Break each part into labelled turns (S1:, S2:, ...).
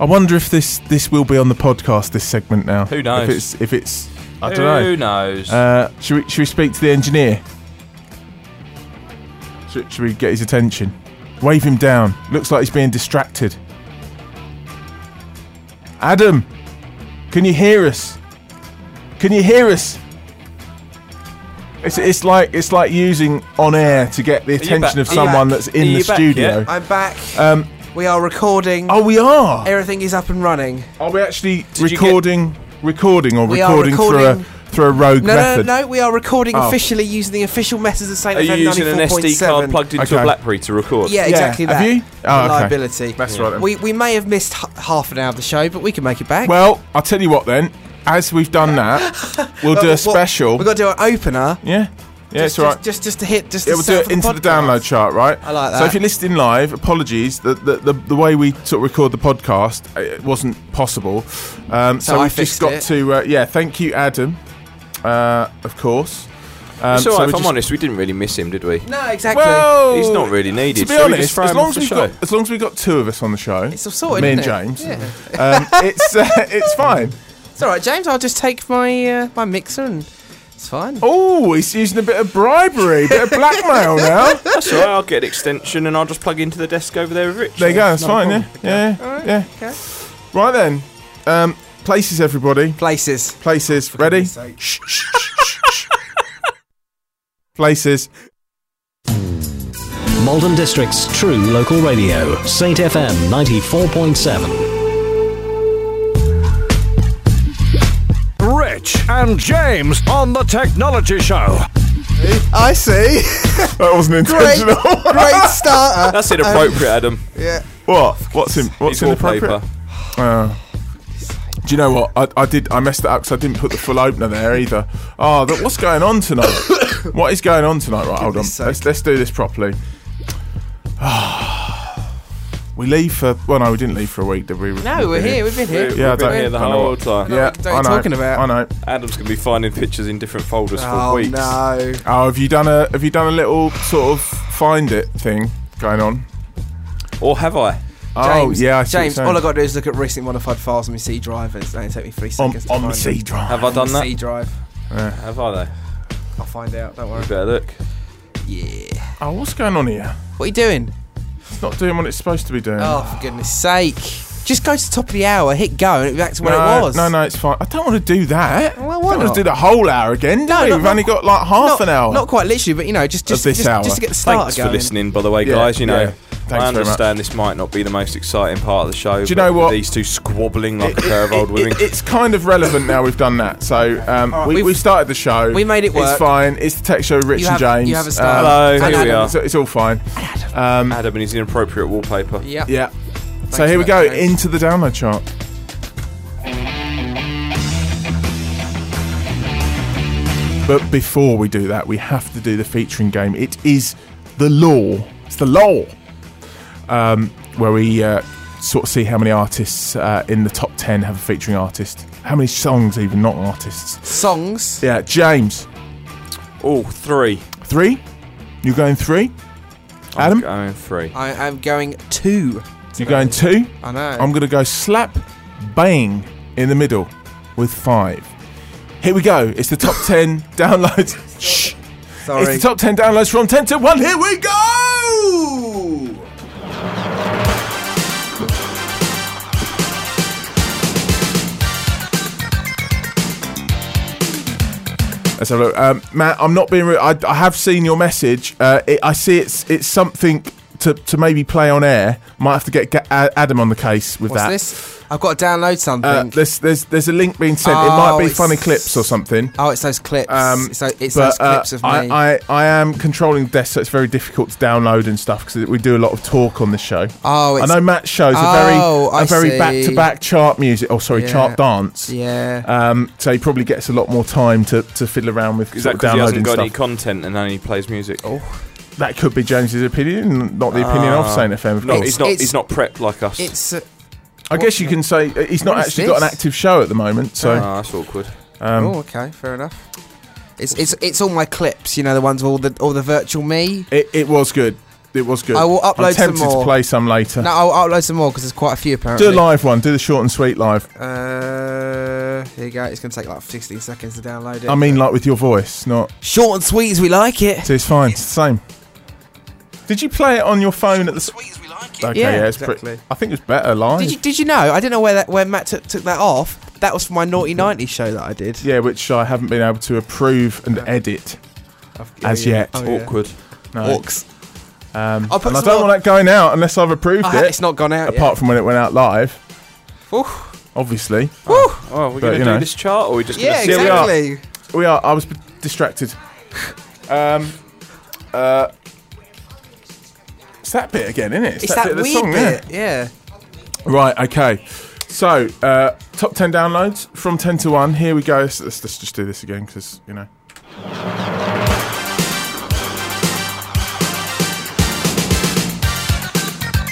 S1: I wonder if this this will be on the podcast. This segment now.
S2: Who knows?
S1: If it's if it's I don't know.
S2: Who knows?
S1: Uh, should we should we speak to the engineer? Should, should we get his attention? Wave him down. Looks like he's being distracted. Adam, can you hear us? Can you hear us? It's, it's like it's like using on air to get the attention
S2: back-
S1: of
S2: are you
S1: someone
S2: back?
S1: that's in
S2: Are
S1: the
S2: you back
S1: studio.
S2: yet?
S3: I'm back.
S1: Um,
S3: we are recording.
S1: oh, we are.
S3: Everything is up and running.
S1: Are we actually
S2: you get-
S1: recording, recording, or
S3: We are
S1: recording, through
S3: recording-
S1: a through a rogue
S3: No, no,
S1: method?
S3: no, no. We are recording
S1: Oh.
S3: officially using the official methods of Saint
S2: Are you
S3: FM
S2: using an SD card
S3: 94.7.
S2: plugged into
S1: Okay.
S2: a BlackBerry to record?
S3: Yeah,
S1: Yeah.
S3: exactly
S1: Have
S3: that.
S1: you? Oh, okay.
S3: Reliability.
S1: That's right then.
S3: We, we may have missed h- half an hour of the show, but we can make it back.
S1: Well, I'll tell you what then. As we've done that, we'll do a special.
S3: We've got to do our opener.
S1: yeah, yeah,
S3: just,
S1: it's all right.
S3: just, just just to hit. Just
S1: yeah,
S3: to
S1: we'll
S3: set
S1: do
S3: for
S1: it
S3: the
S1: into the
S3: podcast.
S1: download chart, right?
S3: I like
S1: So
S3: that.
S1: if you're listening live, apologies. The the, the, the way we sort of record the podcast, uh, it wasn't possible. Um, so
S3: I
S1: we've just
S3: fixed
S1: got
S3: it.
S1: to uh, yeah. Thank you, Adam. Uh, of course. Um, so
S2: So, if
S1: we're
S2: I'm
S1: just-
S2: honest, we didn't really miss him, did we?
S3: No, exactly.
S1: well,
S2: He's not really
S1: To
S2: needed.
S1: be
S2: so we just
S1: honest,
S2: throw
S1: as
S2: him
S1: long
S2: off
S1: as we've
S2: the
S1: got
S2: show.
S1: as long as we got two of us on the show,
S3: it's all sorted.
S1: me and
S3: isn't it?
S1: James,
S3: Yeah.
S1: um, it's uh, it's fine.
S3: It's all right, James. I'll just take my uh, my mixer and it's fine.
S1: Oh, he's using a bit of bribery, bit of blackmail now.
S2: That's all right, I'll get an extension and I'll just plug it into the desk over there with Rich.
S1: There you go. That's
S2: No
S1: fine.
S2: problem.
S1: Yeah, yeah, yeah.
S3: Okay.
S1: Right then, um, places, everybody.
S3: Places.
S1: Places. Ready?
S3: goodness sake.
S1: Shh, shh, shh, shh, shh. places.
S4: Malden District's true local radio, Saint FM 94.7.
S5: Rich and James on the Technology Show.
S3: I see.
S1: That wasn't
S3: Great,
S1: intentional.
S3: great starter.
S2: That's inappropriate, Adam.
S3: Yeah.
S1: what? What's in? um, What's
S2: It's
S1: in the paper?
S2: wallpaper.
S1: Do you know what? I, I did. I messed it up because I didn't put the full opener there either. Oh, that, what's going on tonight? what is going on tonight? Right, hold on.
S3: Goodness
S1: Let's
S3: sake.
S1: let's do this properly. we leave for. Well, no, we didn't leave for a week, did we?
S3: No, we're here. We've been here.
S1: Yeah, I
S2: We've been
S1: don't-
S2: here the
S1: don't know
S2: whole
S1: what-
S2: time.
S1: Yeah,
S3: don't
S1: I know.
S3: talking about.
S1: I know.
S2: Adam's going to be finding pictures in different folders
S3: Oh
S2: for weeks.
S3: no.
S1: Oh, have you done a have you done a little sort of find it thing going on?
S2: Or have I?
S1: oh
S3: James,
S1: yeah, I see what you're
S3: James.
S1: saying.
S3: All I got to do is look at recent modified files on my C drive. It's only take me three
S1: on,
S3: seconds. to
S1: on the
S3: find
S1: C
S3: it.
S1: drive.
S2: Have I done
S3: On the C
S2: that?
S3: drive.
S2: Have I, though?
S3: I'll find out. Don't worry.
S2: You better look.
S3: Yeah.
S1: Oh, what's going on here?
S3: What are you doing?
S1: It's not doing what it's supposed to be doing.
S3: Oh, for goodness sake! Just go to the top of the hour, hit go, and it'll be back to where
S1: no,
S3: it was.
S1: no, no, it's fine. I don't want to do that.
S3: Well,
S1: I
S3: why
S1: don't want
S3: not?
S1: to do the whole hour again. do
S3: No,
S1: we?
S3: not-
S1: We've only got like half
S3: Not-
S1: an hour.
S3: Not quite literally, but you know, just just
S1: this
S3: just,
S1: hour.
S3: just to get the start
S2: Thanks for
S3: going.
S2: listening, by the way,
S1: Yeah,
S2: guys. You know,
S1: yeah. Thanks very
S2: I
S1: much.
S2: understand this might not be the most exciting part of the show.
S1: Do you
S2: but
S1: know what?
S2: These two squabbling like
S1: It-
S2: a pair of
S1: it-
S2: old
S1: it-
S2: women.
S1: it's kind of relevant now we've done that. So um, we,
S3: we've-
S1: we started the show.
S3: we made it
S1: It's
S3: work.
S1: fine. It's the tech show with Rich
S3: You
S1: and
S3: have-
S1: James.
S3: you have a start.
S2: Hello,
S1: and
S2: here we
S1: Adam,
S2: are.
S1: It's, it's all fine. Um,
S2: Adam and his inappropriate wallpaper.
S3: Yeah.
S1: yeah. So here we
S3: for
S1: go
S3: that, James.
S1: into the download chart. But before we do that, we have to do the featuring game. It is the law. It's the law. Um, where we uh, sort of see how many artists uh, in the top 10 have a featuring artist. How many songs, even, not artists.
S3: Songs.
S1: Yeah, James,
S2: All Oh, three.
S1: three? You're going three? Adam,
S2: I'm going three.
S3: I am going two.
S1: you're going two?
S3: I know.
S1: I'm going to go slap, bang in the middle with five. Here we go. It's the top 10 downloads. Shh. It's
S3: sorry.
S1: the top 10 downloads from 10 to 1. Here we go. Let's have a look. Um, Matt, I'm not being rude. I, I have seen your message. Uh, it, I see it's it's something to, to maybe play on air. Might have to get Ga- A- Adam on the case with
S3: What's
S1: that.
S3: this? I've got to download something.
S1: Uh, there's, there's there's a link being sent. it might
S3: Oh,
S1: be
S3: it's-
S1: funny clips or something.
S3: oh, it's those clips.
S1: Um,
S3: it's tho- it's
S1: but,
S3: those
S1: uh,
S3: clips of me.
S1: I, I, I am controlling the desk, so it's very difficult to download and stuff because we do a lot of talk on this show.
S3: Oh,
S1: I
S3: it's-
S1: know Matt's shows
S3: Oh,
S1: are
S3: I
S1: very a very
S3: see.
S1: back to back chart music. Oh, sorry,
S3: Yeah.
S1: chart dance.
S3: yeah.
S1: Um, so he probably gets a lot more time to, to fiddle around with
S2: Is
S1: sort
S2: that
S1: of
S2: because he
S1: downloading
S2: hasn't got
S1: stuff.
S2: any content and only plays music? Oh,
S1: that could be James's opinion, not the opinion of
S2: Ah.
S1: Saint FM. Of
S2: no,
S1: course.
S2: he's not.
S3: it's-
S2: He's not prepped like us.
S3: it's uh,
S1: I guess you can say uh, he's not
S3: What is
S1: actually got an
S3: this?
S1: active show at the moment. So
S2: Ah, that's awkward.
S1: Um,
S3: oh okay, fair enough. It's it's it's all my clips. You know the ones with all the all the virtual me.
S1: it, it was good. It was good.
S3: I will upload
S1: I'm
S3: some
S1: tempted
S3: more.
S1: to play some later.
S3: No, I'll upload some more because there's quite a few apparently.
S1: Do a live one. Do the short and sweet live.
S3: Uh, here you go. It's going to take like 16 seconds to download it.
S1: I mean, like with your voice, not.
S3: short and sweet as we like it.
S1: So it's fine. It's the same. Did you play it on your phone at the? Sweet Okay, yeah,
S3: Yeah,
S1: it's pretty.
S3: exactly.
S1: I think it was better live.
S3: Did you Did you know? I didn't know where that where Matt took, took that off. That was for my naughty 90s show that I did.
S1: Yeah, which I haven't been able to approve and edit
S3: I've-
S1: as
S3: yeah.
S1: yet.
S3: Oh, yeah.
S2: Awkward.
S1: No.
S3: Orcs.
S1: Um,
S3: I'll put
S1: and I don't
S3: some more-
S1: want that going out unless I've approved
S3: I ha-
S1: it.
S3: Ah, it's not gone out
S1: apart from when it went out live,
S3: yet. Oof.
S1: obviously.
S2: Oh, are we
S1: But,
S2: going to
S1: you
S2: do
S1: know.
S2: this chart or are we just
S3: Yeah,
S2: going to
S1: we are.
S3: exactly.
S1: We are. I was b- distracted. um, uh, it's that bit again, isn't it?
S3: It's that,
S1: bit of the
S3: weird
S1: song, yeah.
S3: bit. Yeah.
S1: Right, okay. So, uh, top 10 downloads from 10 to 1. Here we go. Let's, let's, let's just do this again because, you know.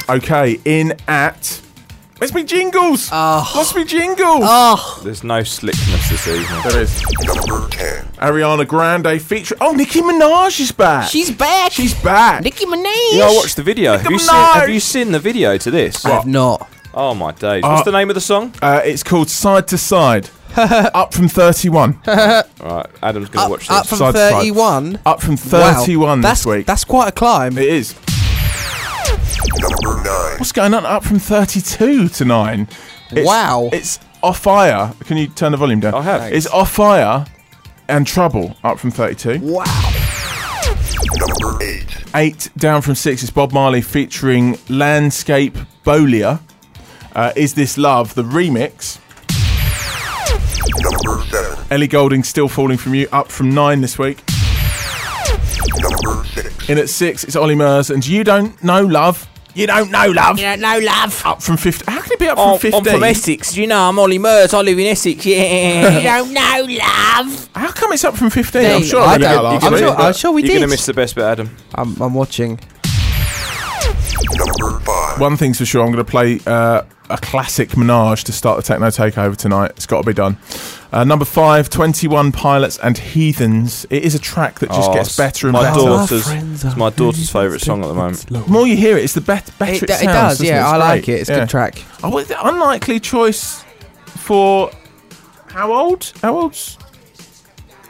S1: Okay, in at. Where's me jingles?
S3: Oh.
S1: What's me jingles?
S3: Oh,
S2: There's no slickness this evening.
S1: There is. Ariana Grande feature. Oh, Nicki Minaj is back.
S3: she's back.
S1: She's back.
S3: Nicki Minaj.
S2: Yeah, I watched the video. Have you, seen,
S1: Minaj.
S2: have you seen the video to this?
S3: I have not.
S2: Oh my days.
S1: Uh,
S2: What's the name of the song?
S1: Uh, it's called Side to Side. Up from 31.
S2: Right, Adam's going to
S3: Up,
S2: watch
S3: up
S2: this.
S3: from
S1: Side to side.
S3: 31.
S1: Up from
S3: Wow.
S1: 31
S3: that's,
S1: this week.
S3: That's quite a climb.
S1: It is. What's going on? Up from 32 to 9. It's-
S3: Wow.
S1: It's off fire. Can you turn the volume down?
S2: I have. Thanks.
S1: It's off fire and trouble up from 32.
S3: wow.
S1: Eight down from six is Bob Marley featuring Landscape Bolia. Uh, is This Love, the remix. Ellie Golding still falling from you, up from nine this week. In at six, it's Ollie Murs, and you don't know love. You don't know love.
S3: Yeah, no love.
S1: Up from 50. How can it be up
S6: Oh,
S1: from
S6: I'm
S1: 15?
S6: from Essex. You know, I'm Ollie Murs. I live in Essex. Yeah.
S3: don't know love.
S1: How come it's up from 15? I'm
S3: Dang,
S1: sure
S3: I
S1: I did
S3: don't-
S1: it last
S3: I'm
S1: week.
S3: sure- I'm sure we
S2: You're going
S3: did.
S2: to miss the best bit, Adam.
S3: I'm, I'm watching.
S1: One thing's for sure, I'm going to play uh, a classic Menage to start the Techno Takeover tonight. It's got to be done. Uh, number five, 21 Pilots and Heathens. It is a track that just
S2: Oh,
S1: gets
S2: it's
S1: better and
S2: my
S1: better.
S2: daughter- Daughter's- it's my daughter's favourite song at the moment.
S1: The more you hear it, it's the bet- better
S3: It,
S1: it,
S3: it,
S1: sounds,
S3: does,
S1: doesn't
S3: yeah.
S1: It's
S3: I like
S1: great.
S3: it. It's a
S1: Yeah. Oh,
S3: good track.
S1: I would- unlikely choice for how old? How old's?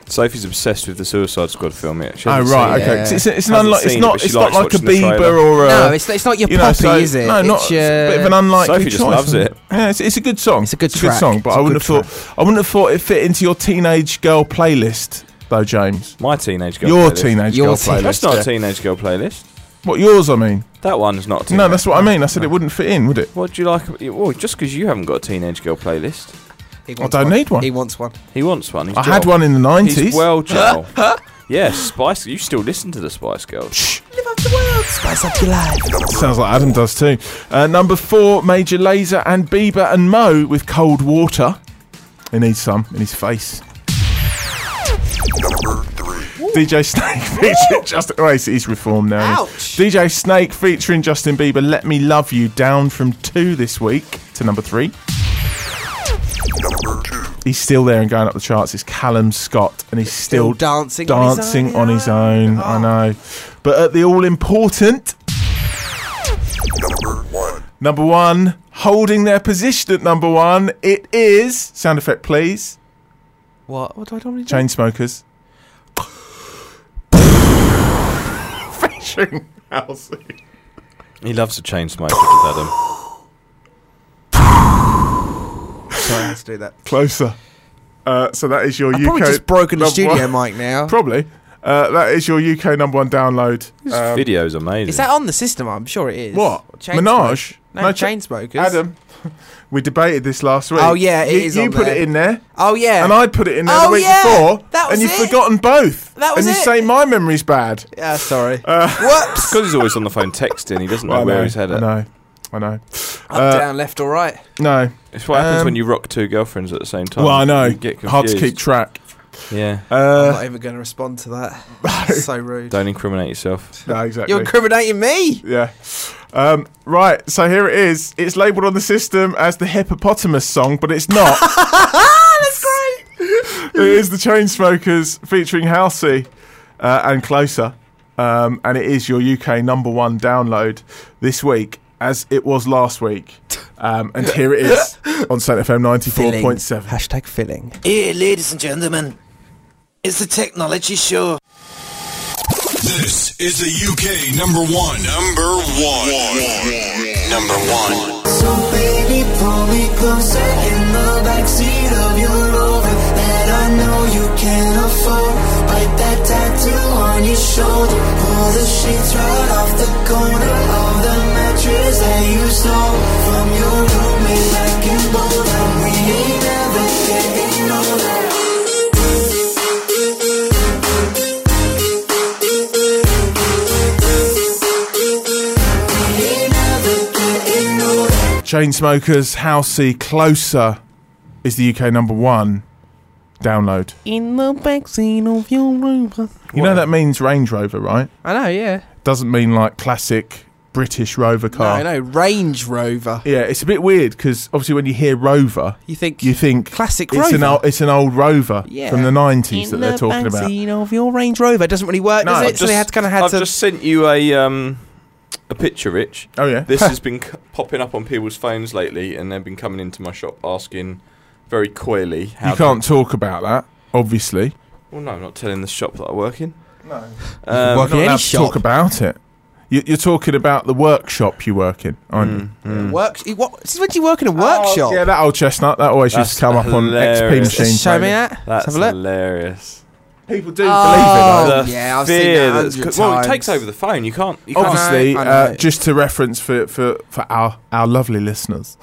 S2: Sophie's obsessed with the Suicide Squad film. Yet. She
S1: Oh
S2: hasn't
S1: right,
S3: seen it.
S1: okay.
S3: Yeah.
S1: It's, it's, it's, an
S2: Hasn't
S1: unlike, it's
S2: seen it,
S1: not
S2: but she
S1: it's not
S2: likes
S1: like a
S2: watching the
S1: Bieber
S2: trailer.
S1: or a
S3: no, it's, it's not your
S1: you know,
S3: poppy,
S1: so-
S3: is it?
S1: No,
S3: it's
S1: not
S3: your-
S1: it's a bit of an unlikely
S2: Sophie just
S1: choice,
S2: loves
S1: isn't
S2: it.
S1: Yeah, it's, it's a good song.
S3: It's a good
S1: good
S3: track.
S1: song, but
S3: It's
S1: I
S3: a
S1: wouldn't
S3: good
S1: have thought I wouldn't have thought it fit into your teenage girl playlist though, James.
S2: My teenage girl.
S1: your
S2: playlist.
S1: teenage
S3: Your
S1: girl
S3: teen-
S1: playlist.
S2: That's not
S1: yeah.
S2: a teenage girl playlist.
S1: what yours? I mean,
S2: That one's not. A teenage.
S1: no, that's what I mean. I said it wouldn't fit in, would it?
S2: What do you like? ab- Well, just because you haven't got a teenage girl playlist,
S3: He
S1: I
S3: wants
S1: don't need one.
S3: He wants one.
S2: he wants one. He's
S1: I had
S2: Joel.
S1: one in the nineties.
S2: He's well, Joel. yeah, Spice. You still listen to the Spice Girls?
S3: Live up the world, spice up your life.
S1: Sounds like Adam does too. Uh, number four, Major Laser and Bieber and Mo with cold water. He needs some in his face. DJ Snake featuring Justin. Wait, he's reformed now.
S3: Ouch.
S1: DJ Snake featuring Justin Bieber. Let me love you down from two this week to number three. He's still there and going up the charts. It's Callum Scott, and he's still,
S3: Still dancing on his
S1: dancing
S3: own. Oh.
S1: on his own. I know, but at the all important Number one, holding their position at number one, it is sound effect, please.
S3: What? What do I normally do?
S1: Chain smokers. Featuring Halsey.
S2: He loves a chain smoker, does Adam?
S3: Sorry, I had to do that.
S1: Closer. Uh, so that is your
S3: I've
S1: UK.
S3: probably just broken the
S1: number
S3: studio
S1: one-
S3: mic now.
S1: Probably. Uh, that is your UK number one download.
S2: This
S1: Um,
S2: video's amazing.
S3: Is that on the system? I'm sure it is.
S1: What?
S3: Chainsmoke-
S1: Minaj?
S3: No,
S1: No, cha-
S3: Chainsmokers.
S1: Adam, we debated this last week.
S3: Oh, yeah, it
S1: you,
S3: is
S1: you
S3: on
S1: put
S3: there.
S1: it in there.
S3: Oh yeah.
S1: And I'd put it in there the
S3: Oh,
S1: week
S3: yeah,
S1: before,
S3: that was
S1: and you've
S3: it.
S1: forgotten both.
S3: That was
S1: and you
S3: it.
S1: say my memory's bad.
S3: Yeah, sorry.
S1: Uh,
S3: Whoops.
S2: Because he's always on the phone texting. He doesn't know
S1: I
S2: where
S1: know,
S2: he's headed.
S1: I know. I know.
S3: Up,
S1: Uh,
S3: down, left, or right.
S1: No.
S2: It's what happens
S1: Um,
S2: when you rock two girlfriends at the same time.
S1: Well, I know.
S2: You get
S1: Hard to keep
S2: confused.
S1: track.
S2: Yeah.
S3: I'm
S1: Uh,
S3: not even going to respond to that. That's so rude.
S2: Don't incriminate yourself.
S1: no, exactly.
S3: You're incriminating me.
S1: yeah. Um, right, so here it is. It's labelled on the system as the hippopotamus song, but it's not.
S3: That's great.
S1: it is the Chainsmokers featuring Halsey uh, and Closer. um, and it is your UK number one download this week, as it was last week. Um, and here it is on Saint FM ninety four point seven.
S3: Hashtag filling.
S7: Here, ladies and gentlemen, it's the technology show.
S8: This is the UK number one. Number one. Number one.
S9: So baby, pull me closer in the backseat of your Rover that I know you can't afford. Bite that tattoo on your shoulder. Pull the sheets right off the corner of the mattress that you stole from your roommate back in Boulder. We ain't never getting older. We ain't never getting older.
S1: Chainsmokers, Housey, Closer is the UK number one download.
S3: In the backseat of your Rover.
S1: You know that means Range Rover, right?
S3: I know, yeah.
S1: Doesn't mean like classic British Rover car.
S3: I know. Range Rover.
S1: Yeah, it's a bit weird because obviously when you hear Rover,
S3: You think
S1: you think
S3: classic
S1: it's An
S3: Rover.
S1: old, it's an old Rover
S3: Yeah.
S1: from the nineties that
S3: In
S1: they're
S3: the
S1: talking about.
S3: backseat of your Range Rover. It doesn't really work,
S1: No,
S3: does it?
S1: I've
S3: so they
S2: Just-
S3: had to kind of had
S2: I've
S3: to.
S2: just sent you a um, a picture, Rich.
S1: Oh yeah,
S2: This has been c- popping up on people's phones lately, and they've been coming into my shop asking very coyly. How
S1: you can't talk about that. Obviously,
S2: Well, no, I'm not telling the shop that I work in.
S1: no.
S2: Um,
S3: Work
S1: You're not
S3: in any
S1: allowed to
S3: shop.
S1: talk about it. You, you're talking about the workshop you work in, aren't you?
S2: mm, mm.
S3: Works. What? This is when you work in a
S1: Oh,
S3: workshop.
S1: yeah, that old chestnut that always used
S2: That's
S1: to come up on XP
S2: hilarious.
S1: machine.
S3: Show me
S1: trading.
S3: that. Let's
S2: That's
S3: have a look.
S2: hilarious.
S1: People do
S3: Oh.
S1: believe it.
S2: The
S3: yeah, I've seen
S2: fear
S3: that
S2: that's
S3: hundred
S2: co- Well, it
S3: times.
S2: takes over the phone. You can't. You
S1: though.
S2: can't.
S1: Obviously,
S3: I know, I
S1: uh,
S3: know.
S1: just to reference for, for, for our our lovely listeners,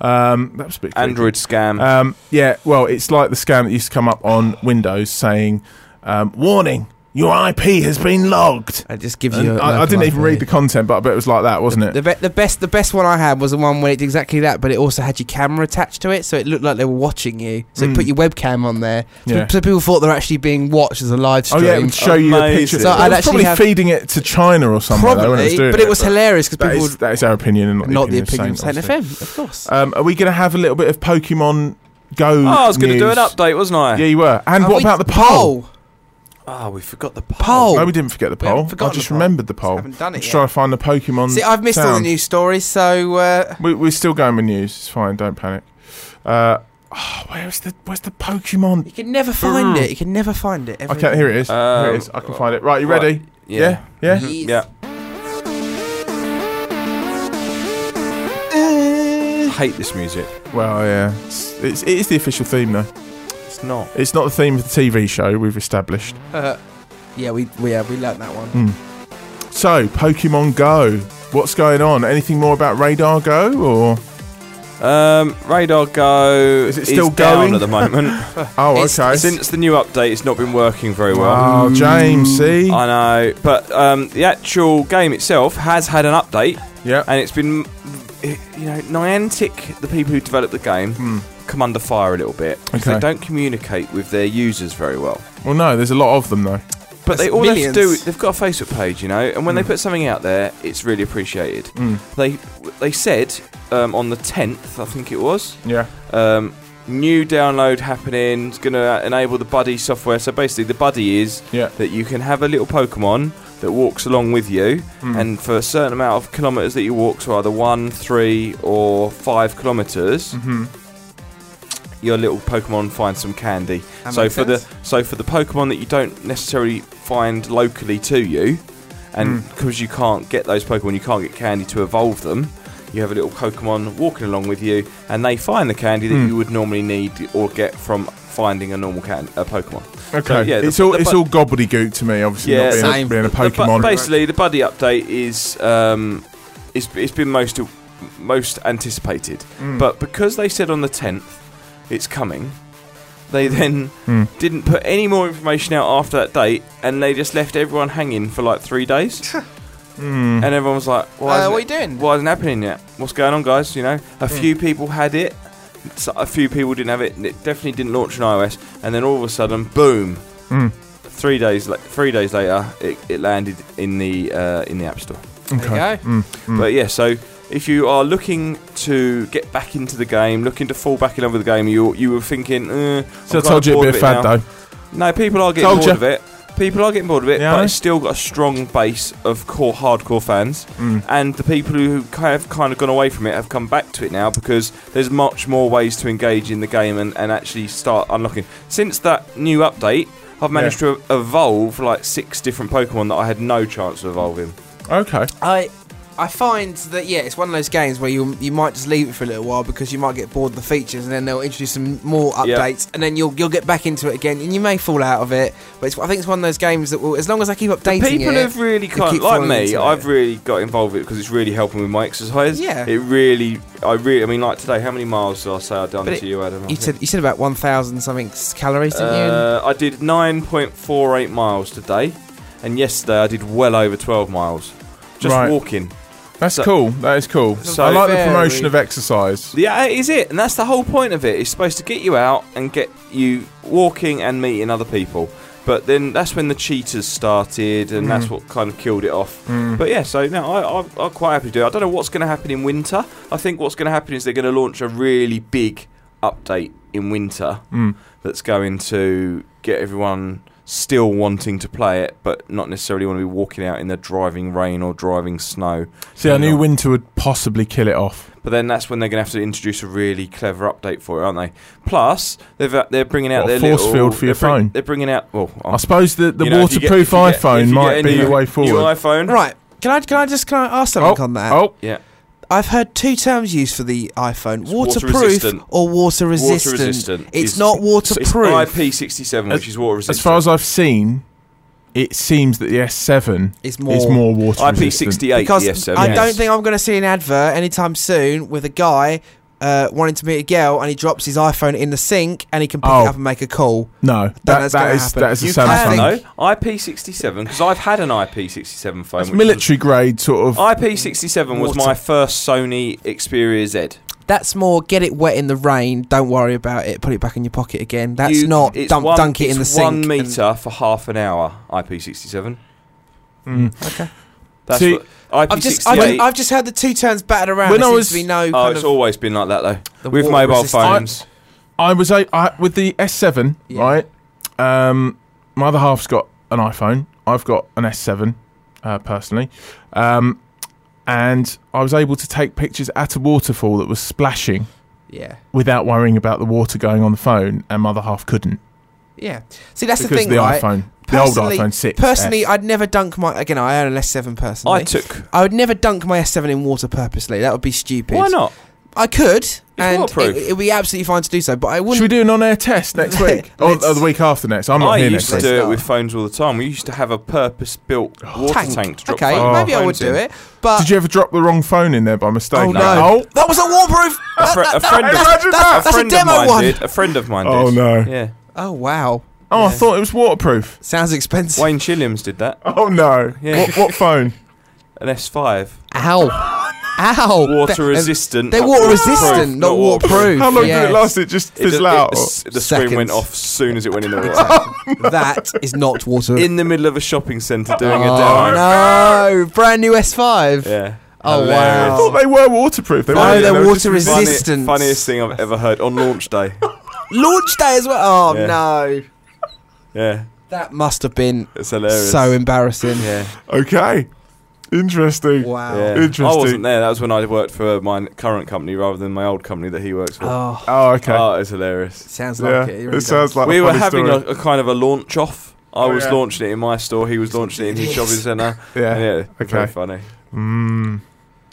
S1: um, that was a bit creepy.
S2: Android
S3: Mm.
S2: scam.
S1: Um, yeah, well, it's like the scam that used to come up on Windows saying, um, "Warning, your IP has been logged."
S3: It just gives you. uh,
S1: And
S3: a
S1: I, I
S3: local
S1: didn't even
S3: update.
S1: read the content, but I bet it was like that, wasn't it?
S3: The, be- the best, the best one I had was the one where it did exactly that, but it also had your camera attached to it, so it looked like they were watching you. So it put your webcam on there, so,
S1: Hmm. Yeah.
S3: so people thought they're actually being watched as a live
S1: oh
S3: stream.
S1: yeah, it would show you a picture.
S2: Amazing. So
S1: It
S3: I'd
S1: was
S3: actually
S1: probably
S3: have-
S1: feeding it to China or somewhere. though, when it
S3: Probably,
S1: was doing
S3: but it was
S1: but
S3: hilarious because
S1: That
S3: people
S1: is, that is our opinion, and not,
S3: would not the opinion
S1: opinion
S3: of Saint
S1: obviously.
S3: FM, of course.
S1: Um, are we going to have a little bit of Pokemon Go?
S2: oh, I was going to do
S1: news?
S2: an update, wasn't I?
S1: Yeah, you were. And
S3: Have
S1: what
S3: we-
S1: about the poll?
S2: Oh, we forgot the
S3: Poll.
S1: No, we didn't forget the
S3: haven't
S1: poll. I
S3: forgotten
S1: just
S3: the poll.
S1: remembered the poll.
S3: haven't done it
S1: I'm just
S3: yet.
S1: trying to find the Pokemon.
S3: See, I've missed all the
S1: sound.
S3: news stories, so uh,
S1: We, we're still going with news. It's fine. Don't panic. Uh, oh, where's the where's the Pokemon?
S3: you can never find
S1: Hmm.
S3: it. You can never find it. Every
S1: Okay, here it is. here it
S2: Um,
S1: is. I can find it. Right, you
S2: right.
S1: ready?
S2: Yeah.
S1: yeah. yeah?
S2: Mhm, Yeah. I hate this music.
S1: Well, yeah. It's, it's it is the official theme though.
S2: It's not.
S1: It's not the theme of the TV show we've established.
S3: Uh, yeah, we we yeah, we learnt that one.
S1: So, Pokemon Go. What's going on? Anything more about Radar Go or?
S2: Um, Radar Go is
S1: it still
S2: down
S1: going?
S2: at the moment.
S1: Oh,
S3: It's-
S1: okay.
S2: Since the new update, it's not been working very well.
S1: Oh, James, see?
S2: I know, but um, the actual game itself has had an update,
S1: Yeah.
S2: and it's been, you know, Niantic, the people who developed the game, come under fire a little bit. 'cause
S1: Hmm. Okay.
S2: They don't communicate with their users very well.
S1: Well, no, there's a lot of them though.
S2: But they
S3: That's
S2: all
S3: millions. Mm.
S2: they have to do they've got a Facebook page, you know, and when they put something out there, it's really appreciated. They they said um, on the tenth, I think it was,
S1: Yeah.
S2: um, new download happening. It's going to enable the buddy software. So basically, the buddy is
S1: Yeah.
S2: that you can have a little Pokemon that walks along with you,
S3: Mm.
S2: and for a certain amount of kilometers that you walk, so either one, three, or five kilometers, your little Pokemon finds some candy.
S3: That
S2: so
S3: makes
S2: for
S3: sense.
S2: the so for the Pokemon that you don't necessarily find locally to you, and
S3: Hmm.
S2: because you can't get those Pokemon, you can't get candy to evolve them. You have a little Pokemon walking along with you, and they find the candy
S3: Hmm.
S2: that you would normally need or get from finding a normal can a Pokemon.
S1: Okay.
S2: So, yeah, the-
S1: it's all
S2: the
S1: it's
S2: bu-
S1: all gobbledygook to me. Obviously,
S2: Yeah,
S1: not being a,
S3: same.
S1: being a
S2: The bu-
S1: Pokemon.
S2: basically, the buddy update is um, it's, it's been most most anticipated, but because they said on the tenth it's coming, they then didn't put any more information out after that date, and they just left everyone hanging for like three days. And everyone was like,
S3: Uh,
S2: why isn't
S3: what
S2: it-
S3: you doing?
S2: Why isn't it happening yet? What's going on, guys? You know, a
S1: Hmm.
S2: few people had it, so- a few people didn't have it, and it definitely didn't launch on iOS. And then all of a sudden, boom!
S1: Hmm.
S2: Three days, la- three days later, it, it landed in the uh, in the App Store.
S3: There you go.
S1: Hmm.
S2: But yeah, so if you are looking to get back into the game, looking to fall back in love with the game, you you were thinking, eh,
S1: so I
S2: I'm
S1: told
S2: kinda
S1: you
S2: bored
S1: it'd be a
S2: it
S1: fad
S2: now.
S1: though.
S2: No, people are getting
S1: Told
S2: bored
S1: ya.
S2: of it. People are getting bored of it,
S1: Yeah.
S2: but it's still got a strong base of core hardcore fans.
S1: Mm.
S2: And the people who kind of kind of gone away from it have come back to it now because there's much more ways to engage in the game and, and actually start unlocking. Since that new update, I've managed to evolve like six different Pokemon that I had no chance of evolving.
S1: Okay.
S3: I I find that yeah, it's one of those games where you you might just leave it for a little while because you might get bored of the features, and then they'll introduce some more
S2: Yeah.
S3: updates, and then you'll you'll get back into it again, and you may fall out of it. But it's, I think it's one of those games that will, as long as I keep updating
S2: People
S3: it,
S2: have really
S3: they
S2: kind
S3: keep
S2: like
S3: falling
S2: me.
S3: into it.
S2: I've really got involved with it because it's really helping with my exercise.
S3: Yeah.
S2: it really. I really. I mean, like today, how many miles did I say I done to
S3: But it-
S2: you, Adam? I
S3: you
S2: think-
S3: said you said about one thousand something calories, didn't you?
S2: Uh, I did 9.48 miles today, and yesterday I did well over 12 miles. Just
S1: Right.
S2: walking.
S1: That's
S2: So-
S1: cool. That is cool.
S2: So-
S1: I like the
S3: Very-
S1: promotion of exercise.
S2: Yeah, it is it, and that's the whole point of it. It's supposed to get you out and get you walking and meeting other people. But then that's when the cheaters started, and
S1: Mm.
S2: that's what kind of killed it off. But yeah, so no, I, I, I'm quite happy to do it. I don't know what's going to happen in winter. I think what's going to happen is they're going to launch a really big update in winter
S1: Mm.
S2: that's going to get everyone still wanting to play it, but not necessarily want to be walking out in the driving rain or driving snow.
S1: See, I knew
S2: Not-
S1: winter would possibly kill it off.
S2: but then that's when they're going to have to introduce a really clever update for it, aren't they? Plus, they've, uh, they're bringing out
S1: What,
S2: their
S1: a force
S2: little,
S1: field for your
S2: they're bring-
S1: phone?
S2: They're bringing out well,
S1: I suppose the, the
S2: Oh. you know, if you get-
S1: waterproof
S2: if you get- if
S1: iPhone
S2: you get
S1: might
S2: any
S1: be the way
S2: New
S1: forward.
S2: iPhone,
S3: right. Can I, can I just can I ask something
S1: oh,
S3: on that?
S1: oh,
S2: Yeah,
S3: I've heard two terms used for the iPhone:
S2: water
S3: waterproof
S2: resistant.
S3: or water resistant.
S2: water resistant.
S3: It's
S2: is-
S3: not
S2: It's
S3: waterproof.
S2: IP67, which is water resistant.
S1: as far as I've seen, it seems that the S7
S3: It's
S1: is
S3: more-
S1: more water resistant.
S2: IP68,
S3: because
S2: yes, so
S3: I
S2: yes.
S3: don't think I'm going to see an advert anytime soon with a guy uh, wanting to meet a girl and he drops his iPhone in the sink and he can pick
S1: Oh.
S3: it up and make a call.
S1: No, that,
S3: that's
S1: that
S3: gonna
S1: is
S3: happen.
S1: that is a
S2: you
S1: Samsung.
S2: can
S1: That's
S2: though IP67 because I've had an IP67 phone. which was-
S1: military grade sort of.
S2: IP67 was
S3: Water.
S2: my first Sony Xperia Z.
S3: That's more get it wet in the rain, don't worry about it, put it back in your pocket again. That's
S2: You-
S3: not
S2: it's
S3: dump,
S2: one-
S3: dunk it in the
S2: it's
S3: sink.
S2: One
S3: and-
S2: meter for half an hour. IP67.
S3: Okay.
S2: That's
S1: Hmm. See,
S2: what, IP68.
S3: I've just I've, I've just heard the two turns battered around.
S1: When
S3: There
S1: I
S3: seems
S1: was-
S3: to be no
S2: Oh,
S3: kind
S2: it's
S3: of
S2: always been like that though.
S3: the
S2: With
S3: water
S2: mobile
S3: resistant-
S2: phones,
S1: I was a- I, with the S7,
S3: Yeah.
S1: right? Um, my other half's got an iPhone. I've got an S7 uh, personally, um, and I was able to take pictures at a waterfall that was splashing
S3: Yeah.
S1: without worrying about the water going on the phone, and my other half couldn't
S3: Yeah. See that's
S1: because
S3: the thing,
S1: the
S3: right?
S1: iPhone, the old
S3: Personally-
S1: iPhone six.
S3: Personally,
S1: S.
S3: I'd never dunk my again. I own an S7 personally.
S2: I took.
S3: I would never dunk my S7 in water purposely. That would be stupid.
S2: Why not?
S3: I could, and it,
S2: waterproof.
S3: it'd be absolutely fine to do so. But I
S1: should we
S3: wouldn't.
S1: do an on-air test next week or,
S3: Let's-
S1: or the week after next? I'm not
S2: I
S1: here
S2: used
S1: next Oh. week.
S2: to
S3: week.
S2: do it
S3: Let's
S2: with
S3: not.
S2: phones all the time. We used to have a purpose-built water tank, to drop
S3: okay,
S1: Oh.
S2: phone-
S3: maybe I would
S2: phones
S3: do
S2: in.
S3: it. But
S1: Did you ever drop the wrong phone in there by mistake?
S3: oh no, that was a waterproof.
S2: A, fri- a friend, of,
S1: that's- that's-
S2: a
S3: that's a
S2: friend
S3: demo
S2: of mine
S3: one.
S2: did. A friend of mine did.
S1: Oh, no.
S2: Yeah,
S3: Oh wow,
S1: Oh, I thought it was waterproof.
S3: sounds expensive.
S2: Wayne Chilliams did that.
S1: Oh no!
S2: Yeah.
S1: What, what phone?
S2: An S5,
S3: Ow, ow.
S2: water
S3: They're-
S2: resistant.
S3: They're
S2: not
S3: water
S2: waterproof,
S3: resistant, not waterproof.
S1: How long
S3: yes.
S1: did it last? It just
S2: It,
S1: fizzled
S2: it-
S1: out.
S2: it's- the screen went
S3: Seconds. Oh,
S2: off as soon as it went in the water.
S3: That is not water.
S2: in the middle of a shopping centre doing a
S3: oh
S2: demo.
S3: no, brand new S5.
S2: Yeah.
S1: I
S3: Oh, wow.
S2: Hilarious.
S1: thought they were waterproof. They
S3: No,
S1: weren't.
S3: they're
S1: They were just-
S3: water
S2: Funny-
S3: resistant.
S2: funniest thing I've ever heard on launch day.
S3: Launch day as well. Oh
S2: Yeah.
S3: no,
S2: Yeah,
S3: that must have been
S2: it's hilarious.
S3: so embarrassing.
S2: yeah.
S1: Okay, interesting.
S3: Wow.
S2: Yeah.
S1: Interesting.
S2: I wasn't there. That was when I worked for my current company rather than my old company that he works for. Oh,
S3: Oh,
S1: Oh, okay.
S2: it's hilarious.
S3: sounds
S1: yeah,
S3: like it.
S1: it,
S3: it really
S1: sounds
S3: does.
S1: like
S2: we
S1: a
S2: were
S1: funny
S2: having a,
S1: story.
S2: a kind of a launch off. I
S1: Oh,
S2: was
S1: yeah.
S2: launching it in my store. He was launching it in his shopping centre.
S1: Yeah.
S2: Very
S1: Okay.
S2: funny.
S1: Mm,